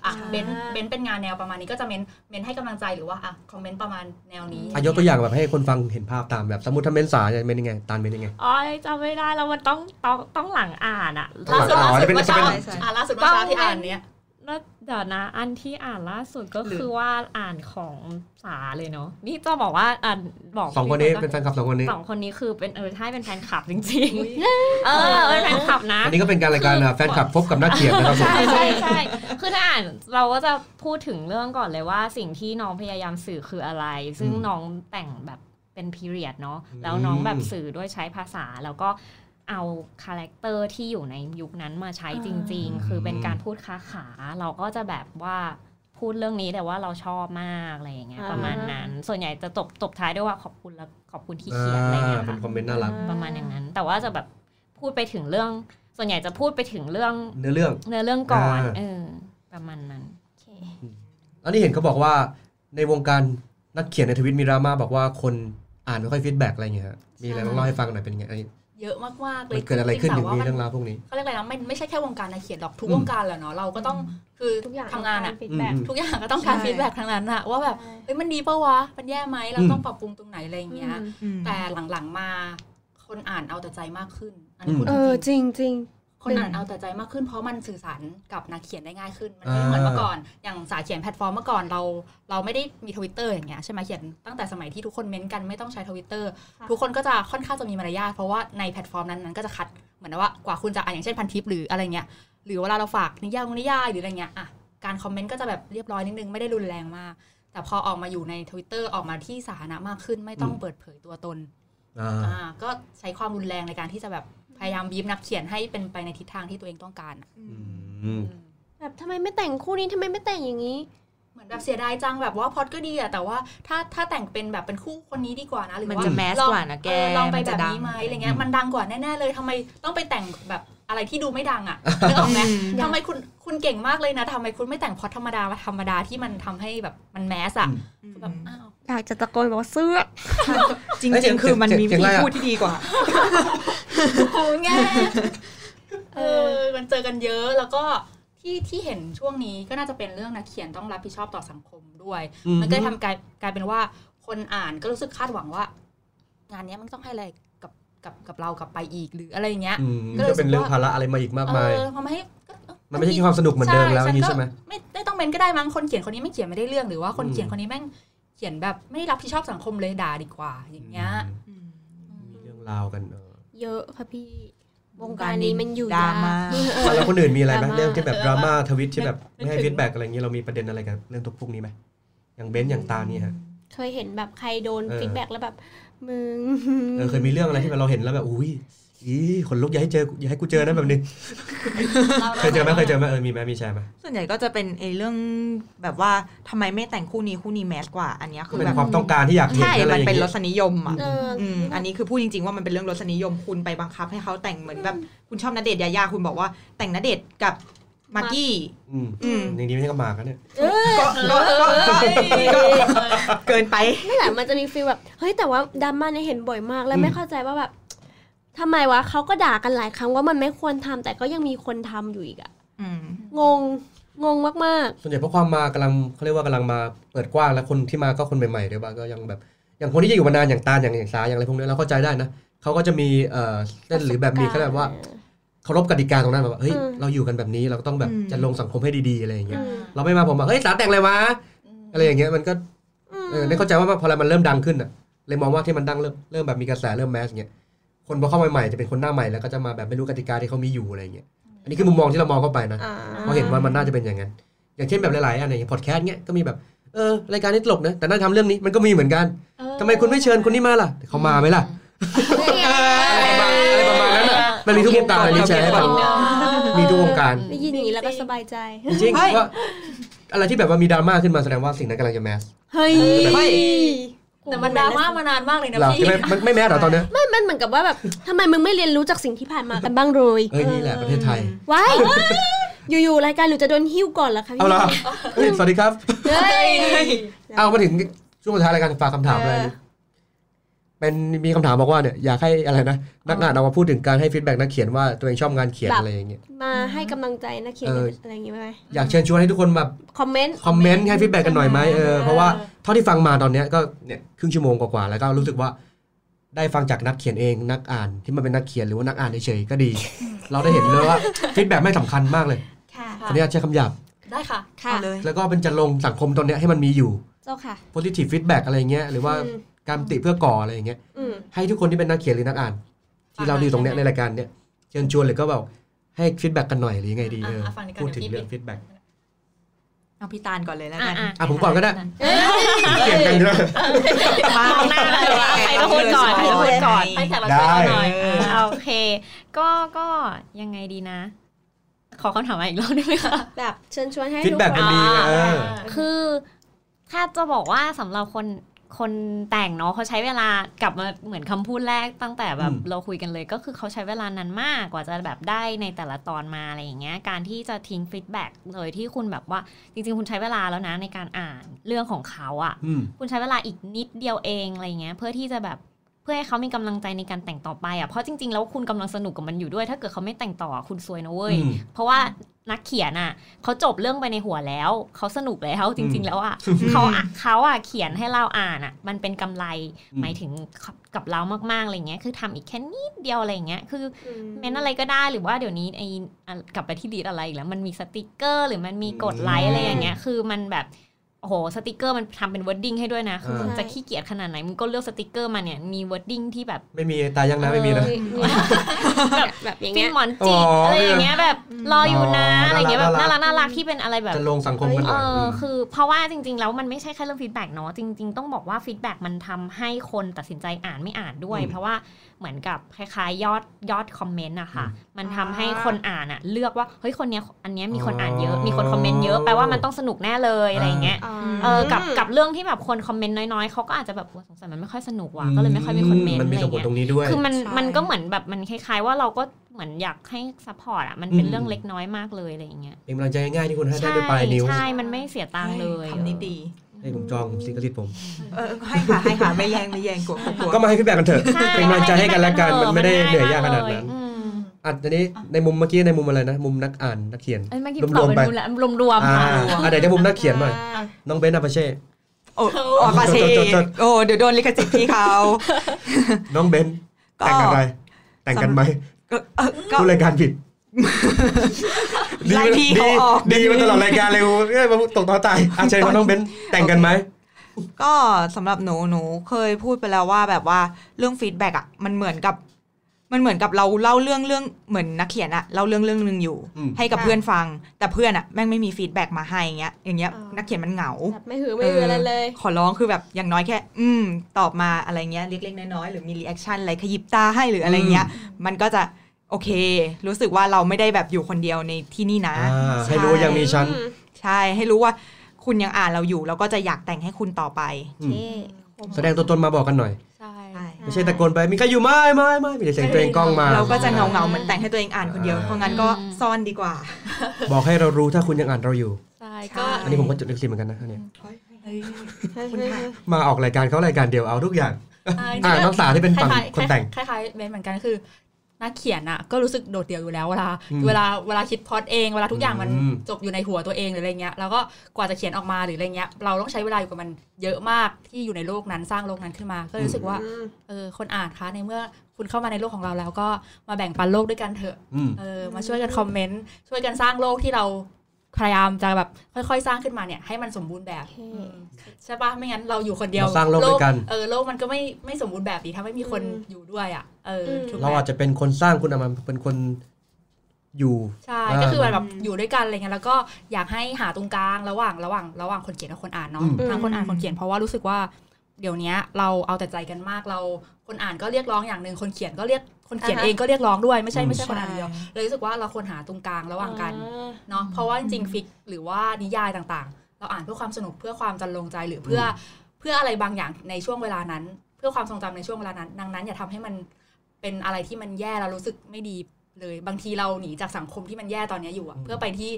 Speaker 5: อ่ะ
Speaker 4: อ่า
Speaker 5: เบนเบนเป็นงานแนวประมาณนี้ก็จะเมนเมนให้กำลังใจหรือว่าอ่ะคอมเมนต์ประมาณแนวนี้
Speaker 2: อายกตัวอย่างแบบให้คนฟังเห็นภาพตามแบบสมมติถ้าเมนสาจะเป็นยังไงตาลเป็นยังไง
Speaker 6: อ๋อจำไม่ได้แล้วมันต้องต้องต้องหลังอ่านอะ
Speaker 2: ต้อ
Speaker 5: ล่าง
Speaker 2: ห
Speaker 5: สุ
Speaker 2: ง
Speaker 5: ดล่าสุด
Speaker 2: เป็น
Speaker 5: เมื่อเช้า
Speaker 2: เป็น
Speaker 5: อ่ะล่าสุดเมื่อเช้าที่อ่านเนี้ย
Speaker 6: แล้วเดี๋ยวนะ อันที่อ่านล่าสุดก็
Speaker 5: หรือ
Speaker 6: คือว่าอ่านของสาเลยเนาะนี่จะบอกว่าอ่านบอก
Speaker 2: สองคนนี้
Speaker 6: พี่
Speaker 2: เป็นแฟนคลับสองคนนี้
Speaker 6: สองคนนี้คือเป็นเออใช่เป็นแฟนคลับจริงๆ เออเป็นแฟนคลับนะ
Speaker 2: อันนี้ก็เป็นการรายการอ่ะแฟนคลับพบกับนักเขียนนะครับผม
Speaker 6: ใช่ใช่ใช่ คือถ้าอ่านเราก็จะพูดถึงเรื่องก่อนเลยว่าสิ่งที่น้องพยายามสื่อคืออะไร ซึ่ง
Speaker 2: อืม
Speaker 6: น้องแต่งแบบเป็นพีเรียดเนาะ
Speaker 2: อืม
Speaker 6: แล้วน้องแบบสื่อด้วยใช้ภาษา แล้วก็เอาคาแรคเตอร์ที่อยู่ในยุคนั้นมาใช้จริง ๆ คือเป็นการพูดค้าขา เราก็จะแบบว่าพูดเรื่องนี้แต่ว่าเราชอบมากอะไรอย่างเงี้ย
Speaker 4: อ่า
Speaker 6: ประมาณนั้น ส่วนใหญ่จะตบตบท้ายด้วยว่าขอบคุณและขอบคุณที่
Speaker 2: อ่
Speaker 6: เขียนอะไรอย่างเงี้
Speaker 2: าย เป็น
Speaker 6: ค่ะ
Speaker 2: คอมเมนต์น่ารัก
Speaker 6: ประมาณอย่างนั้น แต่ว่าจะแบบพูดไปถึงเรื่อง ส่วนใหญ่จะพูดไปถึงเรื่อง
Speaker 2: เนื้อเรื่อง
Speaker 6: เนื้อเรื่องก่อน
Speaker 2: อ่า
Speaker 6: เออประมาณนั้น
Speaker 4: โอเค
Speaker 2: อันนี้เห็นเขาบอกว่าในวงการนักเขียนในทวิตมีดราม่าบอกว่าคนอ่านไม่ค่อยฟีดแบ็กอะไรอย่างเงี้ยฮะมีอะไรบ้างเล่าให้ฟังหน่อยเป็นยังไงอันนี้
Speaker 5: เยอะมากๆเล
Speaker 2: มั
Speaker 5: ย
Speaker 2: นเกิดอะไรขึ้นถึงมี
Speaker 5: จๆสาวว่ามั
Speaker 2: เรื่องราวพวกนี้
Speaker 5: เขาเรียกอะไรนะไม่ไม่ใช่แค่วงการนะเขียนหรอกทุก
Speaker 2: อืม
Speaker 5: วงการแหละเนาะเราก็ต้องคือ
Speaker 4: ทุกอย่าง
Speaker 5: ทำงานอะ
Speaker 4: ฟีดแบ็ก
Speaker 2: อืม
Speaker 5: ทุกอย่างก็ต้องการ
Speaker 7: ใช่
Speaker 5: ฟีดแบ็กทั้งนั้นอะว่าแบบ
Speaker 4: ใช่
Speaker 5: เอ้ยมันดีปะวะมันแย่ไหมเรา
Speaker 2: อืม
Speaker 5: ต้องปรับปรุงตรงไหนอะไรอย่างเงี้ยแต่หลังๆมาคนอ่านเอาแต่ใจมากขึ้น อันนี้
Speaker 2: อืม
Speaker 5: พูด
Speaker 4: เอ
Speaker 5: จ
Speaker 4: อ
Speaker 5: ริ
Speaker 4: จริ
Speaker 5: ง
Speaker 4: งจริง
Speaker 5: คนอ่านเอาแต่ใจมากขึ้นเพราะมันสื่อสารกับนักเขียนได้ง่ายขึ้น มันไม่เหมือนเมื่อก่อน อย่างสายเขียนแพลตฟอร์มเมื่อก่อนเรา เราไม่ได้มีทวิตเตอร์อย่างเงี้ยใช่ไหมเขียนตั้งแต่สมัยที่ทุกคนเม้นต์กันไม่ต้องใช้ทวิตเตอร์
Speaker 4: ค่ะ
Speaker 5: ทุกคนก็จะค่อนข้างจะมีมารยาทเพราะว่าในแพลตฟอร์มนั้นนั้นๆก็จะคัดเหมือนว่ากว่าคุณจะอ่านอย่างเช่นพันทิปหรืออะไรเงี้ยหรือเวลาเราฝากนิยายนิยายหรืออะไรเงี้ยอ่ะการคอมเมนต์ก็จะแบบเรียบร้อยนิดนึงไม่ได้รุนแรงมาก แต่พอออกมาอยู่ใน Twitter ออกมาที่สาธารณะมากขึ้น ไม่ต้อง
Speaker 2: อืม
Speaker 5: เปิดเผยตัวตน
Speaker 2: อ่า
Speaker 5: อ่าก็ใช้ความรุนแรงในการที่จะแบบพยายามบีบนักเขียนให้เป็นไปในทิศทางที่ตัวเองต้องการอะ
Speaker 2: อืม
Speaker 4: แบบทำไมไม่แต่งคู่นี้ทำไมไม่แต่งอย่างนี้
Speaker 5: เหมือนแบบเสียดายจังแบบว่าพล็อดก็ดีอะแต่ว่าถ้าถ้าแต่งเป็นแบบเป็นคู่คนนี้ดีกว่านะหรือ
Speaker 7: มัน
Speaker 5: ว่า
Speaker 7: จะแมส
Speaker 5: ลอง
Speaker 7: กว่านะแก
Speaker 5: เออลองไป
Speaker 7: มัน
Speaker 5: แบ
Speaker 7: จะ
Speaker 5: บ
Speaker 7: ดัง
Speaker 5: นี้ไหมอะไรเงี้ยมันดังกว่าแน่ๆเลยทำไมต้องไปแต่งแบบอะไรที่ดูไม่ดั งอะ นึกออกไหม
Speaker 7: อืม
Speaker 5: ทำไมคุณคุณเก่งมากเลยนะทำไมคุณไม่แต่งพล็อดธรรมดาธรรมดาที่มันทำให้แบบมันแมสอะ
Speaker 2: อืม
Speaker 5: แบบอ้าว
Speaker 4: อยากจะตะโกนบอกว่าเสื้อ
Speaker 7: จริ
Speaker 2: เอ้ยเสีย
Speaker 7: ง
Speaker 2: ง
Speaker 7: ๆ คือมันมี
Speaker 2: เสี
Speaker 7: วิ
Speaker 2: ยง
Speaker 7: ธี
Speaker 2: อะไรอะ
Speaker 7: พูดที่ดีกว่า
Speaker 5: โอ้แง่ เออ มันเจอกันเยอะ แล้วก็ที่ที่เห็นช่วงนี้ก็น่าจะเป็นเรื่องนักเขียนต้องรับผิดชอบต่อสังคมด้วย
Speaker 2: อืม
Speaker 5: มันก็เลยทำกลายกลายเป็นว่าคนอ่านก็รู้สึกคาดหวังว่า งานเนี้ยมันต้องให้อะไรกับกับกับเรากลับไปอีกหรืออะไรอย่างเงี้ย
Speaker 2: อืม
Speaker 5: ก็เลย
Speaker 2: ก็เป็นเรื่องภาระอะไรมาอีกมาก
Speaker 5: เอ
Speaker 2: มาย
Speaker 5: อทำให้ก็เออ
Speaker 2: มันไม่ใช่แค่ความสนุกเหมือนเดิมแล้วอ
Speaker 5: ฉั
Speaker 2: ย่างนี้ใช่ไหม
Speaker 5: ไม่ไม่ต้องเป็นก็ได้มั้งคนเขียนคนนี้ไม่เขียนไม่ได้เรื่องหรือว่าคน
Speaker 2: อืม
Speaker 5: เขียนคนนี้แม่งเขียนแบบไม่รับผิดชอบสังคมเลยด่าดีกว่า อย่างเงี้ย
Speaker 2: มีเรื่องราวกันเออ
Speaker 4: เยอะค่ะพี่ วงการนี้มันอยู่ย
Speaker 7: ดราก ม่า
Speaker 4: เออ
Speaker 2: อ่ะแล้วคนอื่นมีอะไรไหม
Speaker 4: ดราม่า
Speaker 2: เรื่องที่แบบดราม่าทวิตที่แบบไม่ให้ฟีดแบ็กอะไรอย่างนี้เรามีประเด็นอะไรกันเรื่องตัวพวกนี้ไหมอย่างเบนซ์อย่างตาเนี่ยฮะ
Speaker 4: เคยเห็นแบบใครโดน
Speaker 2: เออ
Speaker 4: ฟีดแบ็กแล้วแบบ มึง
Speaker 2: เออเคยมีเรื่องอะไรที่แบบเราเห็นแล้วแบบอุ้ยอีขนลุกอย่าให้เจออย่าให้กูเจอนะแบบนี้
Speaker 5: รา
Speaker 2: เคยเจอไหมเคยเจอไหมเออมีไหมมีแชร์ไหม
Speaker 7: ส่วนใหญ่ก็จะเป็นไอ้เรื่องแบบว่าทำไมไม่แต่งคู่นี้คู่นี้แมสกว่า อันเนี้ยคือ
Speaker 2: เป็น
Speaker 7: แบบ
Speaker 2: ความต้องการที่อยากเห็น
Speaker 7: ใช่
Speaker 2: อะไร
Speaker 7: มัน
Speaker 2: อย่าง
Speaker 7: เป็น
Speaker 2: นี้
Speaker 7: รสนิยมอ่ะ
Speaker 4: เอออ
Speaker 7: อืมอันนี้คือพูดจริงๆว่ามันเป็นเรื่องรสนิยมคุณไปบังคับให้เขาแต่งเหมือนแบบคุณชอบณเดชน์ยายาคุณบอกว่า แต่งณเดชน์กับมากกี้
Speaker 2: อืม
Speaker 7: อืม
Speaker 2: อย่างนี้ไม่ใช่กระหมากนะเนี่ย
Speaker 7: ก็ก็ก็ก็เกินไป
Speaker 4: นั่นแหละมันจะมีฟีลแบบ เฮ้ยแต่ว่าดราม่าเนี่ยเห็นบ่อยมาก แล้วไม่
Speaker 2: อืม
Speaker 4: เข้าใจว่าแบบทำไมวะเขาก็ด่ากันหลายครั้งว่ามันไม่ควรทำแต่ก็ยังมีคนทำอยู่อีกอะ
Speaker 7: อืม
Speaker 4: งง งงมาก
Speaker 2: ส่วนใหญ่เพราะความมากำลังเขาเรียกว่ากำลังมาเปิดกว้างแล้วคนที่มาก็คนใหม่ๆเดี๋ยวบางก็ยังแบบ อย่างคนที่จะอยู่มานานอย่างตาลอย่างอย่างสาอย่างอะไรพวกนี้เราเข้าใจได้นะเขาก็จะมีเอ่อ
Speaker 4: ๆ
Speaker 2: เส้นหรือแบบมีเขาเรียกว่า
Speaker 4: เออ
Speaker 2: เคารพกติกาตรงนั้นแบบว่าเฮ้ย
Speaker 4: อืม
Speaker 2: เราอยู่กันแบบนี้เราก็ต้องแบบ
Speaker 7: อืม
Speaker 2: จะลงสังคมให้ดีๆอะไรอย่างเงี้ย
Speaker 4: อืม
Speaker 2: เราไม่มาผมแบบเฮ้ยสาแต่งเลยวะอะไรอย่างเงี้ยมันก็เออได้เข้าใจว่าพอมันเริ่มดังขึ้นอ่ะเลยมองว่าที่มันดังเริ่มเริ่มแบบมีกระแสเริ่มแมสเงี้ยคนพอเข้ามาใหม่ๆจะเป็นคนหน้าใหม่แล้วก็จะมาแบบไม่รู้กติกาที่เขามีอยู่อะไรอย่างเงี้ยอันนี้คือมุมมองที่เรามองเข้าไปนะ เพราะเห็นว่ามันน่าจะเป็นอย่างนั้น อย่างเช่นแบบหลายๆอันอย่างพอดแคสต์เงี้ย ก็มีแบบ เออ รายการนี้ตลกนะ แต่น่าทำเรื่องนี้มันก็มีเหมือนกันทำไมคุณไม่เชิญคนนี้มาล่ะแต่เขามาไหมล่ะ อะไรประมาณนั้นอ่ะ มันมีทุกวงการเลยนี่แชร์ให้ฟัง มีทุกวงการ
Speaker 4: ได้ยินอย่างนี้แล้วก็สบายใจ
Speaker 2: จริง
Speaker 7: เฮ้ย
Speaker 2: ๆว่าอะไรที่แบบว่ามีดราม่าขึ้นมาแสดงว่าสิ่งนั้นกำลังจะแมส
Speaker 4: เฮ้ย
Speaker 7: เฮ้ย
Speaker 5: แต่มันดราม่ามานานมากเลยนะ
Speaker 2: เหรา
Speaker 5: พี่
Speaker 2: ใช่ไหมมันไม่แมสเหรอตอนเนี้ย
Speaker 4: ไม่มันเหมือนกับว่าแบบ ทำไมมึงไม่เรียนรู้จากสิ่งที่ผ่านมากันบ้างเลย
Speaker 2: เอ้ยนี่แหละประเทศไทย
Speaker 4: ว้าย อยู่ๆรายการหนูจะโดนหิ้วก่อนเหรอคะพี่
Speaker 2: เอาล่ะเฮ้ยสวัสดีครับ
Speaker 4: เฮ้ย
Speaker 2: เอามาถึงช่วงสุดท้ายรายการฝากคำถามอะไร
Speaker 4: เออ
Speaker 2: นี่เป็นมีคำถามบอกว่าเนี่ยอยากให้อะไรนะนักอ่านเอามาพูดถึงการให้ฟีดแบ็กนักเขียนว่าตัวเองชอบงานเขียนอะไรอย่างเงี้ย
Speaker 4: มาให้กำลังใจนักเขียน
Speaker 2: เออ
Speaker 4: อะไรอย่างงี้ไหม
Speaker 2: อยากเชิญชวนให้ทุกคนแบบ
Speaker 4: คอมเมนต์
Speaker 2: คอมเมนต์ให้ฟีดแบ็กกันหน่อยไหมเออ
Speaker 5: เออ
Speaker 2: เพราะว่าเท่าที่ฟังมาตอนเนี้ยก็เนี่ยครึ่งชั่วโมงกว่าๆแล้วก็รู้สึกว่า ได้ฟังจากนักเขียนเองนักอ่านที่มันเป็นนักเขียนหรือว่านักอ่านเฉยๆก็ดี เราได้เห็นเลยว่าฟีดแบ็กไม่สำคัญมากเลย
Speaker 4: ค่ะ
Speaker 2: ขออนุญาตใช้คำหยาบ
Speaker 5: ได้ค่ะ
Speaker 4: ค่ะ
Speaker 7: เอาเลย
Speaker 2: แล้วก็เป็นจะลงสังคมตอนเนี้ยให้มันมีอยู่
Speaker 4: เจ้าค่ะ
Speaker 2: positive feedback อะไรเงี้ยหรือว่า
Speaker 4: อืม
Speaker 2: การติเพื่อก่ออะไรอย่างเงี้ย
Speaker 4: อืม
Speaker 2: ให้ทุกคนที่เป็นนักเขียนหรือนักอ่าน ที่เราดีตรงเนี้ยในรายการเนี้ยเชิญชวนเลยก็แบบให้ฟีดแบ็กกันหน่อยหรือยังไงดีเออ
Speaker 5: อ่ะฟังดีกว่า
Speaker 2: พูดถึง
Speaker 5: เดี๋
Speaker 2: เรื่
Speaker 5: ยว
Speaker 2: อง
Speaker 5: ฟี
Speaker 2: ฟีด
Speaker 5: ดแบ็
Speaker 2: แบ็
Speaker 5: ก
Speaker 2: ก
Speaker 7: เอาพี่ตาลก่อนเลยแล้ว
Speaker 6: อ่ะ
Speaker 7: กัน
Speaker 6: อ่ะ
Speaker 2: อ่ะผมก่อนก็ได้เขียนกันด้วย
Speaker 7: มา
Speaker 6: เอาหน้าเลยว่าใครจะพูดก่อนใครจะพูดก่อน
Speaker 5: ให้แขกรับเชิญเราหน่อย
Speaker 7: เออ
Speaker 6: อ่าโอเค ก็ก็ยังไงดีนะ ขอคำถามมาอีกรอบได้ไหมคะ
Speaker 4: แบบเชิญชวนให้ทุกค
Speaker 2: feedback
Speaker 4: น
Speaker 2: มันดีไงเออ
Speaker 6: คือถ้าจะบอกว่าสำหรับคนคนแต่งเนาะเขาใช้เวลากลับมาเหมือนคำพูดแรกตั้งแต่แบบ
Speaker 2: อืม
Speaker 6: เราคุยกันเลย ก็คือเขาใช้เวลานานมากกว่าจะแบบได้ในแต่ละตอนมาอะไรอย่างเงี้ยการที่จะทิ้งฟีดแบ็กเลยที่คุณแบบว่าจริง ๆ คุณใช้เวลาแล้วนะในการอ่านเรื่องของเขาอะ
Speaker 2: อืม
Speaker 6: คุณใช้เวลาอีกนิดเดียวเองอะไรเงี้ยเพื่อที่จะแบบ เพื่อให้เขามีกำลังใจในการแต่งต่อไปอ่ะเพราะจริงๆแล้วคุณกำลังสนุกกับมันอยู่ด้วย ถ้าเกิดเขาไม่แต่งต่ออะคุณซวยนะเว้ย
Speaker 2: อืม
Speaker 6: เพราะว่านักเขียนอ่ะเขาจบเรื่องไปในหัวแล้วเขาสนุกแล้วจริง ๆ แล้วอ่ะเขาอ่ะเขาอ่ะเขียนให้เราอ่านอ่ะ มันเป็นกำไร
Speaker 2: อืม
Speaker 6: หมายถึงกับเรามากๆอะไรเงี้ยคือทำอีกแค่นิดเดียวอะไรเงี้ยคือ เมนอะไรก็ได้หรือว่าเดี๋ยวนี้ไอ้อ่ะกลับไปที่ดีดอะไรอีกแล้ว มันมีสติกเกอร์ หรือมันมีกดไลค์อะไรอย่างเงี้ยคือมันแบบโอ้โหสติกเกอร์มันทำเป็นวอร์ดดิ้งให้ด้วยนะ คือ
Speaker 2: เออ
Speaker 6: มึงจะขี้เกียจขนาดไหนมึงก็เลือกสติกเกอร์มาเนี่ยมีวอร์ดดิ้งที่แบบ
Speaker 2: ไม่มีตายยังนะไม่มีนะ
Speaker 4: แบบแบบอย่าง
Speaker 6: ฟิ
Speaker 4: เงี้
Speaker 6: น
Speaker 4: ย
Speaker 6: หมอนจิก
Speaker 2: อ๋ออ
Speaker 6: อะไรอย่างเงี้ยแบบรออยู่นะ
Speaker 2: อ๋ออ
Speaker 6: อะไรอย่างเงี้ยแบบ
Speaker 2: น่ารัก
Speaker 6: น่ารักน่ารักที่เป็นอะไรแบบ
Speaker 2: จะลงสังคมกันห
Speaker 6: เอ
Speaker 2: น่อย
Speaker 6: อ
Speaker 2: ม
Speaker 6: คือเพราะว่าจริง ๆ แล้วมันไม่ใช่แค่เรื่องฟีดแบ็กเนาะจริง ๆ ต้องบอกว่าฟีดแบ็กมันทำให้คนตัดสินใจอ่านไม่อ่านด้วย
Speaker 2: อืม
Speaker 6: เพราะว่าเหมือนกับคล้ายๆยอดยอดคอมเมนต์อะค่ะ มันทำให้
Speaker 7: อ่า
Speaker 6: คนอ่านอะเลือกว่าเฮ้ยคนเนี้ยอันเนี้ยมีคนอ่านเยอะ
Speaker 2: อ๋อ
Speaker 6: มีคนคอมเมนต์เยอะแปลว่ามันต้องสนุกแน่เลยอะไรอย่างเงี้ยเออกับกับเรื่องที่แบบคนคอมเมนต์น้อยๆเขาก็อาจจะแบบโอ้สงสัยมันไม่ค่อยสนุกว่ะก็เลยไม่ค่อยมีคนเมนต์
Speaker 2: มัน
Speaker 6: อะไร
Speaker 2: มี
Speaker 6: อ
Speaker 2: สม
Speaker 6: ย่าง
Speaker 2: ผล
Speaker 6: เงี้ย
Speaker 2: ตรงนี้ด้วย
Speaker 6: คือมัน
Speaker 7: ใช่
Speaker 6: มันก็เหมือนแบบมันคล้ายๆ ว่าเราก็เหมือนอยากให้ซัพพอร์ตอ่ะมันเป็น
Speaker 2: อืม
Speaker 6: เรื่องเล็กน้อยมากเลยอะไรอย่างเงี้ย
Speaker 2: เป็นกำลังใจง่ายๆที่คุณให้ได้
Speaker 6: ใช่
Speaker 2: ด้วยปลายนิ้ว
Speaker 6: ใช่ มันไม่เสียตังค์เลย
Speaker 7: ทำนี้ดี
Speaker 2: ให้ผมจองซิงเกิลลิตผม
Speaker 7: เออให้ค่ะให้ค่ะไม่แย่งไม่แย่งกลัวกลัวกลัว
Speaker 2: ก็มาให้ฟีดแบ็กกันเถอะ
Speaker 6: ใช่
Speaker 2: เป็นกำลังใจให้กันและกัน มันไม่ได้
Speaker 6: ง่
Speaker 2: เหนื่อยยากขนาด
Speaker 6: เล
Speaker 2: นั้น
Speaker 6: อืม
Speaker 2: อ่ะทีนี้ในมุมเมื่อกี้ในมุมอะไรนะ มุมนักอ่านนักเขียน
Speaker 6: เอ้ยเมื่อกี้
Speaker 2: รวมๆ
Speaker 6: ตอบ
Speaker 2: ไป
Speaker 6: ไปรวมแล้วรวม
Speaker 2: อ่า
Speaker 6: ๆค่ะ
Speaker 2: อ่ะเดี๋ยวในมุมนักเขียนหน่อยน้องเบนซ์อาปาเช่
Speaker 7: โอ้ออกาเช
Speaker 2: จดจดจด
Speaker 7: โอ้เดี๋ยวโดนลิขสิทธิ์พี่เขา
Speaker 2: น้องเบนซ์
Speaker 7: ก็
Speaker 2: แต่งอะไร แต่งกันไหม
Speaker 7: ก็เอ่อก็
Speaker 2: พูดรายการผิด
Speaker 7: ไล่พี่เขาออก
Speaker 2: ดีดีมาตลอดรายการเลยเอ้ยมาตกต่อตายอาเช่ว่าน้องเบนซ์แต่งกันไหม
Speaker 7: ก็สำหรับหนูหนูเคยพูดไปแล้วว่าแบบว่าเรื่องฟีดแบ็กอะมันเหมือนกับ มันเหมือนกับเราเล่าเรื่องเรื่องเหมือนนักเขียนอะเล่าเรื่องเรื่องหนึ่งอยู่
Speaker 2: อืม
Speaker 7: ให้กับ
Speaker 4: ค่ะ
Speaker 7: เพื่อนฟัง แต่เพื่อนอะแม่งไม่มีฟีดแบ็กมาให้อย่างเงี้ยอย่างเงี้ยนักเขียนมันเหงา
Speaker 4: แบบไม่หือไม่อืออะไรเลย
Speaker 7: ขอร้องคือแบบอย่างน้อยแค่ อืม ตอบมาอะไรเงี้ยเล็กๆน้อยๆหรือมีรีแอคชั่นอะไรขยิบตาให้หรืออะไรเงี้ย มันก็จะโอเค รู้สึกว่าเราไม่ได้แบบอยู่คนเดียวในที่นี่นะ
Speaker 2: อ่าให้รู้ว่ายังมีชั้น
Speaker 7: ใช่ ให้รู้ว่าคุณยังอ่านเราอยู่ แล้วก็จะอยากแต่งให้คุณต่อไป
Speaker 2: อืม แสดงตัวตนมาบอกกันหน่อย
Speaker 5: ใช่
Speaker 7: ใช่
Speaker 2: ไม่ใช่ตะโกนไปมีใครอยู่ไหมไม่ไม่มีแต่เสียงตัวเองกล้องมา
Speaker 7: เราก็จะเงาเงาๆเหมือนแต่งให้ตัวเองอ่านคนเดียว เพราะงั้นก็ซ่อนดีกว่า
Speaker 2: บอกให้เรารู้ถ้าคุณยังอ่านเราอยู่
Speaker 5: ใช่
Speaker 7: ใช่
Speaker 5: ก็
Speaker 2: อันนี้ผมก็จดลิขสิทธิ์เหมือนกันนะอันเนี่ย
Speaker 4: ใช่ใช่ใช่
Speaker 2: มาออกรายการเขารายการเดียวเอาทุกอย่าง
Speaker 5: อ่า
Speaker 2: อ่าน้องสาวที่เป็นฝั่ง
Speaker 5: ล้ายๆ
Speaker 2: คนแต่ง
Speaker 5: คล้ายๆคล้ายๆเบนเหมือนกันคือนักเขียนอ่ะก็รู้สึกโดดเดี่ยวอยู่แล้วเวลา
Speaker 2: อืม
Speaker 5: เวลาเวลาคิดพล็อดเองเวลาทุกอย่างมัน
Speaker 2: อืม
Speaker 5: จบอยู่ในหัวตัวเองหรืออะไรเงี้ยแล้วก็กว่าจะเขียนออกมาหรืออะไรเงี้ยเราต้องใช้เวลาอยู่กับมันเยอะมากที่อยู่ในโลกนั้นสร้างโลกนั้นขึ้นมา ก็เลยรู้สึกว่า เออคนอ่านคะในเมื่อคุณเข้ามาในโลกของเราแล้วก็มาแบ่งปันโลกด้วยกันเถอะ
Speaker 2: อืม
Speaker 5: เออมาช่วยกันคอมเมนต์ช่วยกันสร้างโลกที่เราพยายามจะแบบค่อยๆ สร้างขึ้นมาเนี่ยให้มันสมบูรณ์แบบ
Speaker 4: โอเค
Speaker 5: อืมใช่ปะไม่งั้นเราอยู่คนเดียว
Speaker 2: เราสร้างโลกด้วยกัน
Speaker 5: เออโลกมันก็ไม่ไม่สมบูรณ์แบบดีถ้าไม่มีคนอยู่ด้วยอ่ะเอออ
Speaker 4: ม
Speaker 5: ถูกไหม
Speaker 2: เราอาจจะเป็นคนสร้างคุณอามันเป็นคนอยู่
Speaker 5: ใช่
Speaker 2: อ่า
Speaker 5: ก็คือแบบอยู่ด้วยกันอะไรเงี้ยแล้วก็อยากให้หาตรงกลางระหว่างระหว่างระหว่างคนเขียนกับคนอ่าน
Speaker 2: อื
Speaker 5: เนาะ
Speaker 2: ม
Speaker 5: ทั้งคนอ่านคนเขียนเพราะว่ารู้สึกว่า เดี๋ยวเนี้ยเราเอาแต่ใจกันมากเราคนอ่านก็เรียกร้องอย่างหนึ่งคนเขียนก็เรียกคนเขียน
Speaker 4: อ่าฮะ
Speaker 5: เองก็เรียกร้องด้วยไม่ใช่ไม่ใช่
Speaker 7: ใช่
Speaker 5: คนอ่านอย่างเดียวเลยรู้สึกว่าเราควรหาตรงกลางระหว่างกัน
Speaker 4: อ่า
Speaker 5: เนาะเพราะว่าจริงๆฟิกหรือว่านิยายต่างๆ เราอ่านเพื่อความสนุกเพื่อความจันลงใจหรือเพื่ออเพื่ออะไรบางอย่างในช่วงเวลานั้น เพื่อความทรงจำในช่วงเวลานั้น ดังนั้นอย่าทำให้มันเป็นอะไรที่มันแย่เรารู้สึกไม่ดีเลยบางทีเราหนีจากสังคมที่มันแย่ตอนเนี้ยอยู่อะเพื่อไปที่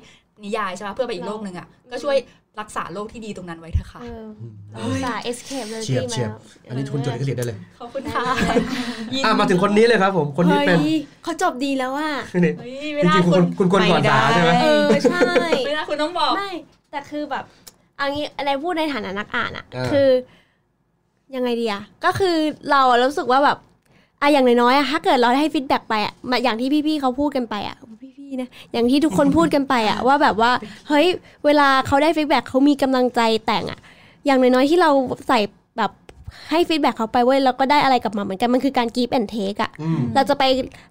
Speaker 5: นิยายใช่ไหมเพื่อไปอีกโลกหนึ่งอะก็ช่วยรักษาโลกที่ดีตรงนั้นไว้เถอะค่ะ
Speaker 4: เออ
Speaker 2: อืม
Speaker 4: อุตส่าห์ escape เลย
Speaker 2: เฉียบ
Speaker 4: พี่
Speaker 2: เฉี
Speaker 4: แล้
Speaker 2: ยบ
Speaker 4: ว
Speaker 2: อันนี้คุณจดลิขสิทธิ์ได้เลย
Speaker 5: ขอบคุณค่ะ
Speaker 2: อ่ะมาถึงคนนี้เลยครับผมคนนี้เป็น
Speaker 4: เขาจบดีแล้วอ่ะ
Speaker 2: นี่
Speaker 5: เฮ้ย
Speaker 2: จ
Speaker 5: ไม่ได้
Speaker 2: ริงๆ
Speaker 5: คุ
Speaker 2: คุณ ณคุณควรก่อนสาใช่ไหม
Speaker 4: เออ ใช่
Speaker 5: ไม่ได้คุณต้องบอก
Speaker 4: ไม่ แต่คือแบบเอางี้อะไรพูดในฐานะนักอ่านอ่ะ
Speaker 2: เออ
Speaker 4: คือ ยังไงดีอ่ะ ก็คือเราอะรู้สึกว่าแบบอะอย่างน้อยๆอะถ้าเกิดเราได้ให้ฟีดแบ็กไปอ่ะมาอย่างที่พี่ๆเขาพูดกันไปอ่ะ พี่ๆนะ อย่างที่ทุกคนพูดกันไป อ่ะ ว่าแบบว่า เฮ้ย เวลาเขาได้ฟีดแบ็กเขามีกำลังใจแต่งอ่ะ อย่างน้อยๆที่เราใส่แบบให้ฟีดแบ็กเขาไปเว้ยแล้วก็ได้อะไรกลับมาเหมือนกัน มันคือการกีฟแอนเทคอ่ะ
Speaker 2: อืม
Speaker 4: เราจะไป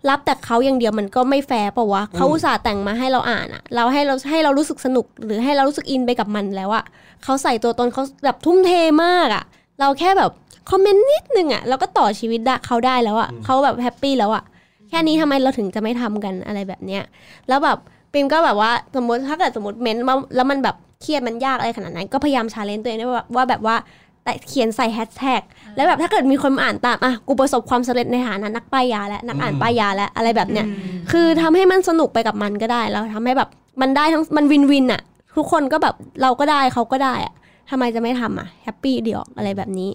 Speaker 4: รับแต่เขาอย่างเดียวมันก็ไม่แฟร์ปะวะ
Speaker 2: อืม
Speaker 4: เขาอุตส่าห์แต่งมาให้เราอ่านอะเราให้เราให้เรารู้สึกสนุกหรือให้เรารู้สึกอินไปกับมันแล้วอะเขาใส่ตัวตนเขาแบบทุ่มเทมากอะเราแค่แบบคอมเมนต์นิดนึงอะเราก็ต่อชีวิตได้เขาได้แล้วอะเขาแบบแฮปปี้แล้วอะแค่นี้ทำไมเราถึงจะไม่ทำกันอะไรแบบเนี้ยแล้วแบบปิมก็แบบว่าสมมติถ้าเกิดสมมติเมนต์ว่าแล้วมันแบบเครียดมันยากอะไรขนาดนั้น ก็พยายามชาเลนจ์ตัวเองด้วยว่าว่าแบบว่าแต่เขียนใส่แฮชแท็ก แล้วแบบถ้าเกิดมีคนมาอ่านตามอ่ะกูประสบความสำเร็จในฐานะนักป้ายยาและนักอ่าน
Speaker 2: อืม
Speaker 4: ป้ายยาและอะไรแบบเนี้ย
Speaker 7: อืม
Speaker 4: คือทำให้มันสนุกไปกับมันก็ได้แล้วทำให้แบบมันได้ทั้งมันวินวินอ่ะ ทุกคนก็แบบเราก็ได้เขาก็ได้อ่ะ ทำไมจะไม่ทำอ่ะแฮปปี้ดีออกอะไรแบบนี้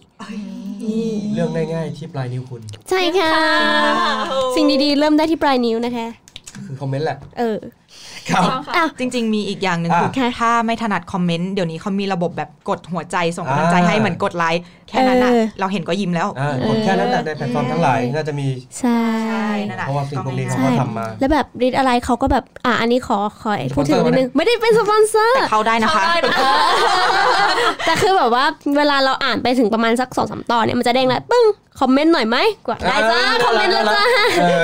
Speaker 2: เรื่องง่ายๆที่ปลายนิ้วคุณ
Speaker 4: ใช่ค่ะ สิ่งดีๆ เริ่มได้ที่ปลายนิ้วนะคะ
Speaker 2: คือคอมเมนต์แหละ
Speaker 4: เออ
Speaker 2: ครับ
Speaker 4: อ่ะ
Speaker 7: จริง ๆ มีอีกอย่างหนึ่ง
Speaker 2: อ่ะ
Speaker 7: คือแค่ถ้าไม่ถนัดคอมเมนต์เดี๋ยวนี้เขามีระบบแบบกดหัวใจส่งกำลังใจ
Speaker 2: อ่า
Speaker 7: ให้เหมือนกดไลค์แค่นั้นน่ะ
Speaker 4: เออ
Speaker 7: เราเห็นก็ยิ้มแล้ว
Speaker 2: อ่าคนแค่นั้นแหละในแพลตฟอร์มทั้งหลายน่าจะมี
Speaker 4: ใช่
Speaker 7: ใช่นั่นแหละ
Speaker 2: เพราะว่าสิ่งพวกนี้เขา
Speaker 7: ใช่
Speaker 2: ก็ทำมา
Speaker 4: แล้วแบบรีดอะไรเขาก็แบบ อ่ะ อันนี้ขอขอพูดถึงนิดนึง ไม่ได้เป็นสปอนเซอร์
Speaker 7: แต่เข้าได้นะคะ
Speaker 4: แต่คือแบบว่าเวลาเราอ่านไปถึงประมาณสักสองสามตอนเนี่ยมันจะเด้งแล้วปึ้ง คอมเมนต์หน่อยไหมกว่าได้จ้า คอมเมนต์แล้วจ้า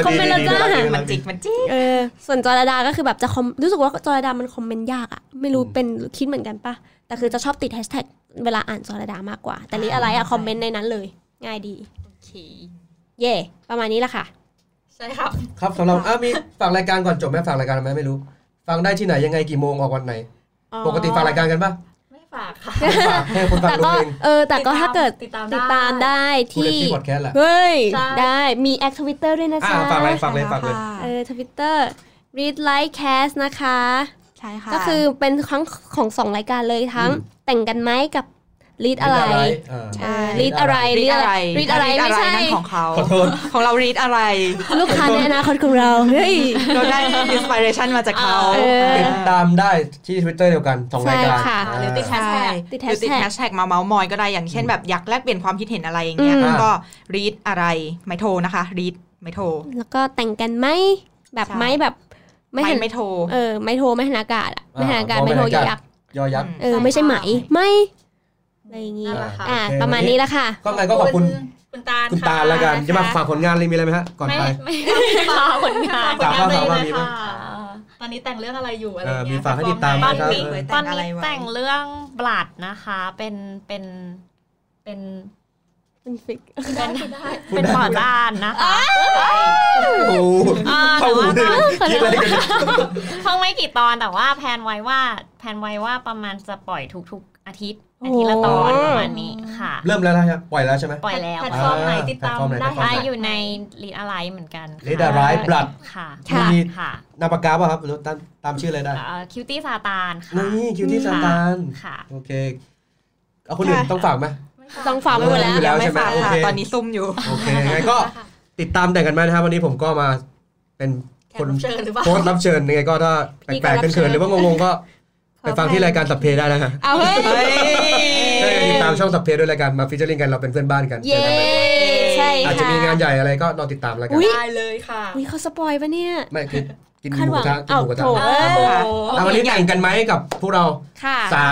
Speaker 4: คอมเมนต์แล้วจ้า
Speaker 7: มันจิกมันจิก
Speaker 4: เออ ส่วนจอรดาก็คือแบบจะคอมรู้สึกว่าจอรดามันคอมเมนต์ยากอะไม่รู้
Speaker 2: อืม
Speaker 4: เป็นคิดเหมือนกันปะแต่คือจะชอบติดแฮชแท็กเวลาอ่านจอรดามากกว่า แต่รีดอะไรอะคอมเมนต์ในนั้นเลย ง่ายดี
Speaker 5: โอเค
Speaker 4: เย่ ประมาณนี้ละค่ะ
Speaker 5: ใช่ครับ
Speaker 2: ครับสำหรับอ่ะมีฝากรายการก่อนจบไหมฝากรายการไหมไม่รู้ ฟังได้ที่ไหนยังไงกี่โมงออกวันไหน ปกติฝากรายการกันปะ
Speaker 5: ไม่ฝากค่ะ
Speaker 2: ฝากให้คนฟัง
Speaker 4: แต่
Speaker 2: ดู
Speaker 4: ก็
Speaker 2: เอง
Speaker 4: เออแต่ก็ถ้าเกิด
Speaker 5: ติดตาม
Speaker 4: ติดตามได้
Speaker 2: คูเล
Speaker 4: ที่
Speaker 2: ซี่พอดแคสต์แหละ
Speaker 4: เฮ้ย
Speaker 5: ใช่
Speaker 4: ได้มีแอคทวิตเตอร์ด้วยนะ
Speaker 2: อ่ะ
Speaker 4: จ๊ะ
Speaker 2: ฝากเลยฝากเลยฝากเลย
Speaker 4: เออทวิตเตอร์ read like cast นะคะ
Speaker 7: ใช่ค่ะ
Speaker 4: ก็คือเป็นครั้งของสองรายการเลยทั้ง
Speaker 2: อืม
Speaker 4: แต่งกันไหมกับ read อะไร
Speaker 2: เออ
Speaker 4: เออ read อะไร
Speaker 7: รีด
Speaker 4: read
Speaker 7: อะ
Speaker 4: อะไร
Speaker 7: ไร
Speaker 4: read อะไร
Speaker 7: รีด
Speaker 4: ไม่ใช่
Speaker 7: นั่นของเขา
Speaker 2: ขอโทษ
Speaker 7: ของเรารีดอะไร
Speaker 4: ลูกค้าในอนาคตของเรา เฮ้ย
Speaker 7: เราได้อินสปิเรชันมาจากเขา
Speaker 4: เออ
Speaker 2: ติดตามได้ที่ทวิตเตอร์เดียวกันสองรายการ
Speaker 4: ใช่ค่ะ
Speaker 2: อ่า
Speaker 5: หรือติดแฮชแท็
Speaker 7: ใช่
Speaker 5: ก
Speaker 4: ติด
Speaker 7: หรือติด
Speaker 4: hashtag
Speaker 7: แฮชแท็กมาเมาส์มอยก็ได้อย่างเช่นแบบอยากแลกเปลี่ยนความคิดเห็นอะไรอย่างเงี้ย
Speaker 4: อืม
Speaker 7: ก็รีดอะไรไม่โทรนะคะรีดไม่โทร
Speaker 4: แล้วก็แต่งกันไหมแบบ
Speaker 7: ใช่
Speaker 4: ไหมแบบไม่
Speaker 7: ไม่
Speaker 4: เห็น
Speaker 7: ไม่โทร
Speaker 4: เออไม่โทรไม่หันอากาศอะ
Speaker 2: อ่า
Speaker 4: ไม่หันอากาศ
Speaker 2: มองไม่
Speaker 4: ไม่โทร
Speaker 2: หันอากาศ
Speaker 4: ยักษ์
Speaker 2: ยอยักษ์
Speaker 4: เออไม่ใช่ไหมไม่อะไรอย่างงี้
Speaker 5: นั่นแหละค่ะ
Speaker 4: อ่า
Speaker 2: โอเค
Speaker 4: ประมา
Speaker 2: วั
Speaker 4: ณ
Speaker 2: นนี้
Speaker 4: นี้ละค่ะ
Speaker 2: ก็ไงก็ขอบคุณ
Speaker 5: คุณตาล
Speaker 2: คุณตาลแล้วกันจะมาฝากผลงานเลยมีอะไรไหมฮะก่อน
Speaker 6: ไม่
Speaker 2: ไป
Speaker 6: ไม่ไม่ฝากผลงาน
Speaker 2: ฝากว่าฝากว่ามีไหม
Speaker 5: ค่ะตอนนี้แต่งเรื่องอะไรอยู่อะไร
Speaker 2: เออ
Speaker 5: เงี้ย
Speaker 2: มีฝากให้ติดตาม
Speaker 5: แพล
Speaker 2: นะ
Speaker 5: ฟ
Speaker 2: ค
Speaker 5: อ
Speaker 2: รับ
Speaker 5: ร์มไหน
Speaker 7: เออ
Speaker 6: ตอน
Speaker 7: แต่ง
Speaker 6: นี้
Speaker 7: อะไรไว้
Speaker 6: แต่งเรื่องบลัดนะคะ เป็นเป็นเป็น
Speaker 4: เป็นฟิก
Speaker 6: เป็นเป็นต่อด้านนะคะ
Speaker 2: โอ้โห
Speaker 6: อ่า
Speaker 2: เข้า
Speaker 6: แต่
Speaker 2: หู
Speaker 6: ว่า
Speaker 2: เลยคิดอะไรกันเนี่ย
Speaker 6: เพิ่งไม่กี่ตอนแต่ว่าแพลนไว้ว่าแพลนไว้ว่าประมาณจะปล่อยทุกๆ อาทิตย์อาทิตย์ละตอน
Speaker 4: โอ้
Speaker 6: ประมาณนี้ค่ะ
Speaker 2: เริ่มแล้วนะฮะปล่อยแล้วใช่ไหม
Speaker 6: ปล่อยแล้ว
Speaker 5: แพลตฟอร์มไหนติดตาม
Speaker 2: แพลตฟอร์มไหนแพ
Speaker 5: ได้
Speaker 2: ลตฟอร์ม
Speaker 6: ได้
Speaker 2: ห
Speaker 6: อยู่ในลีดอะไรเหมือนกันค่ะ
Speaker 2: Lead Alive Blood
Speaker 6: ค่ะ
Speaker 4: ค่ะ
Speaker 2: มี
Speaker 6: ค่ะ
Speaker 2: นามปากกาป่ะครับหรือตามตามชื่อเลยได้
Speaker 6: คิวตี้ซาตานค่ะ
Speaker 2: นี่คิวที่ซาตาน
Speaker 6: ค่ะ
Speaker 2: โอเค เอาคนอื่นต้องฝากไหม
Speaker 4: ต้องฝากไว้หมดแล้ว
Speaker 2: แล้ว
Speaker 7: ไม่
Speaker 2: ใช่ไหม
Speaker 7: ฝาก
Speaker 2: โอ
Speaker 7: ค่ะ
Speaker 2: เค
Speaker 7: ตอนนี้ซุ่มอยู่
Speaker 2: โอเคยังไงก็ติดตามแต่งกันไหมนะครับวันนี้ผมก็มาเป็น
Speaker 5: แข
Speaker 2: ค
Speaker 5: ก
Speaker 2: น
Speaker 5: รับเชิญหรือเปล่า
Speaker 2: โค้ชรับเชิญยังไงก็ถ้าแปลกๆเขินๆหรือว่างงๆก็ไปฟังที่รายการสับเพได้นะฮะ
Speaker 4: เอาเฮ้ย
Speaker 2: ก็อย่าลืมติดตามช่องสับเพด้วยรายการมาฟิชเชอร์ลิงกันเราเป็นเพื่อนบ้านกันเจ
Speaker 4: เย้
Speaker 2: อกันบ่อย
Speaker 4: ใช่
Speaker 2: ๆ
Speaker 4: ค่ะ
Speaker 2: อาจจะมีงานใหญ่อะไรก็รอติดตามแล้วกัน
Speaker 4: อุ๊ย
Speaker 5: ได้เลยค่ะ
Speaker 4: อุ๊ยเขาสปอยปะเนี่ย
Speaker 2: ไม่คือกินห
Speaker 4: คาด
Speaker 2: มู
Speaker 4: ห
Speaker 2: ก
Speaker 4: วั
Speaker 2: ระ
Speaker 4: ง
Speaker 2: ทะกินหมูกระทะ
Speaker 4: เอ้าโถเอ้ย
Speaker 5: โอ้โห
Speaker 2: อ่ะวันนี้แต่งกันไหมกับพวกเรา
Speaker 4: ค่ะ
Speaker 2: สา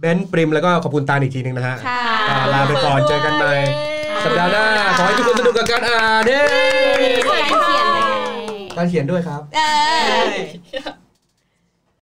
Speaker 2: เบนซ์ปริมแล้วก็ขอบคุณตาลอีกทีหนึงนะฮะ
Speaker 4: ค่ะ
Speaker 2: อ่าลาไปก่อนเจอกันใหม่สัปดาห์หน้า ขอให้ทุกคนสนุกกับการอ่านเด้
Speaker 4: การ
Speaker 2: การ
Speaker 4: เขียนเลย
Speaker 2: เขียนด้วยครับ
Speaker 4: เออ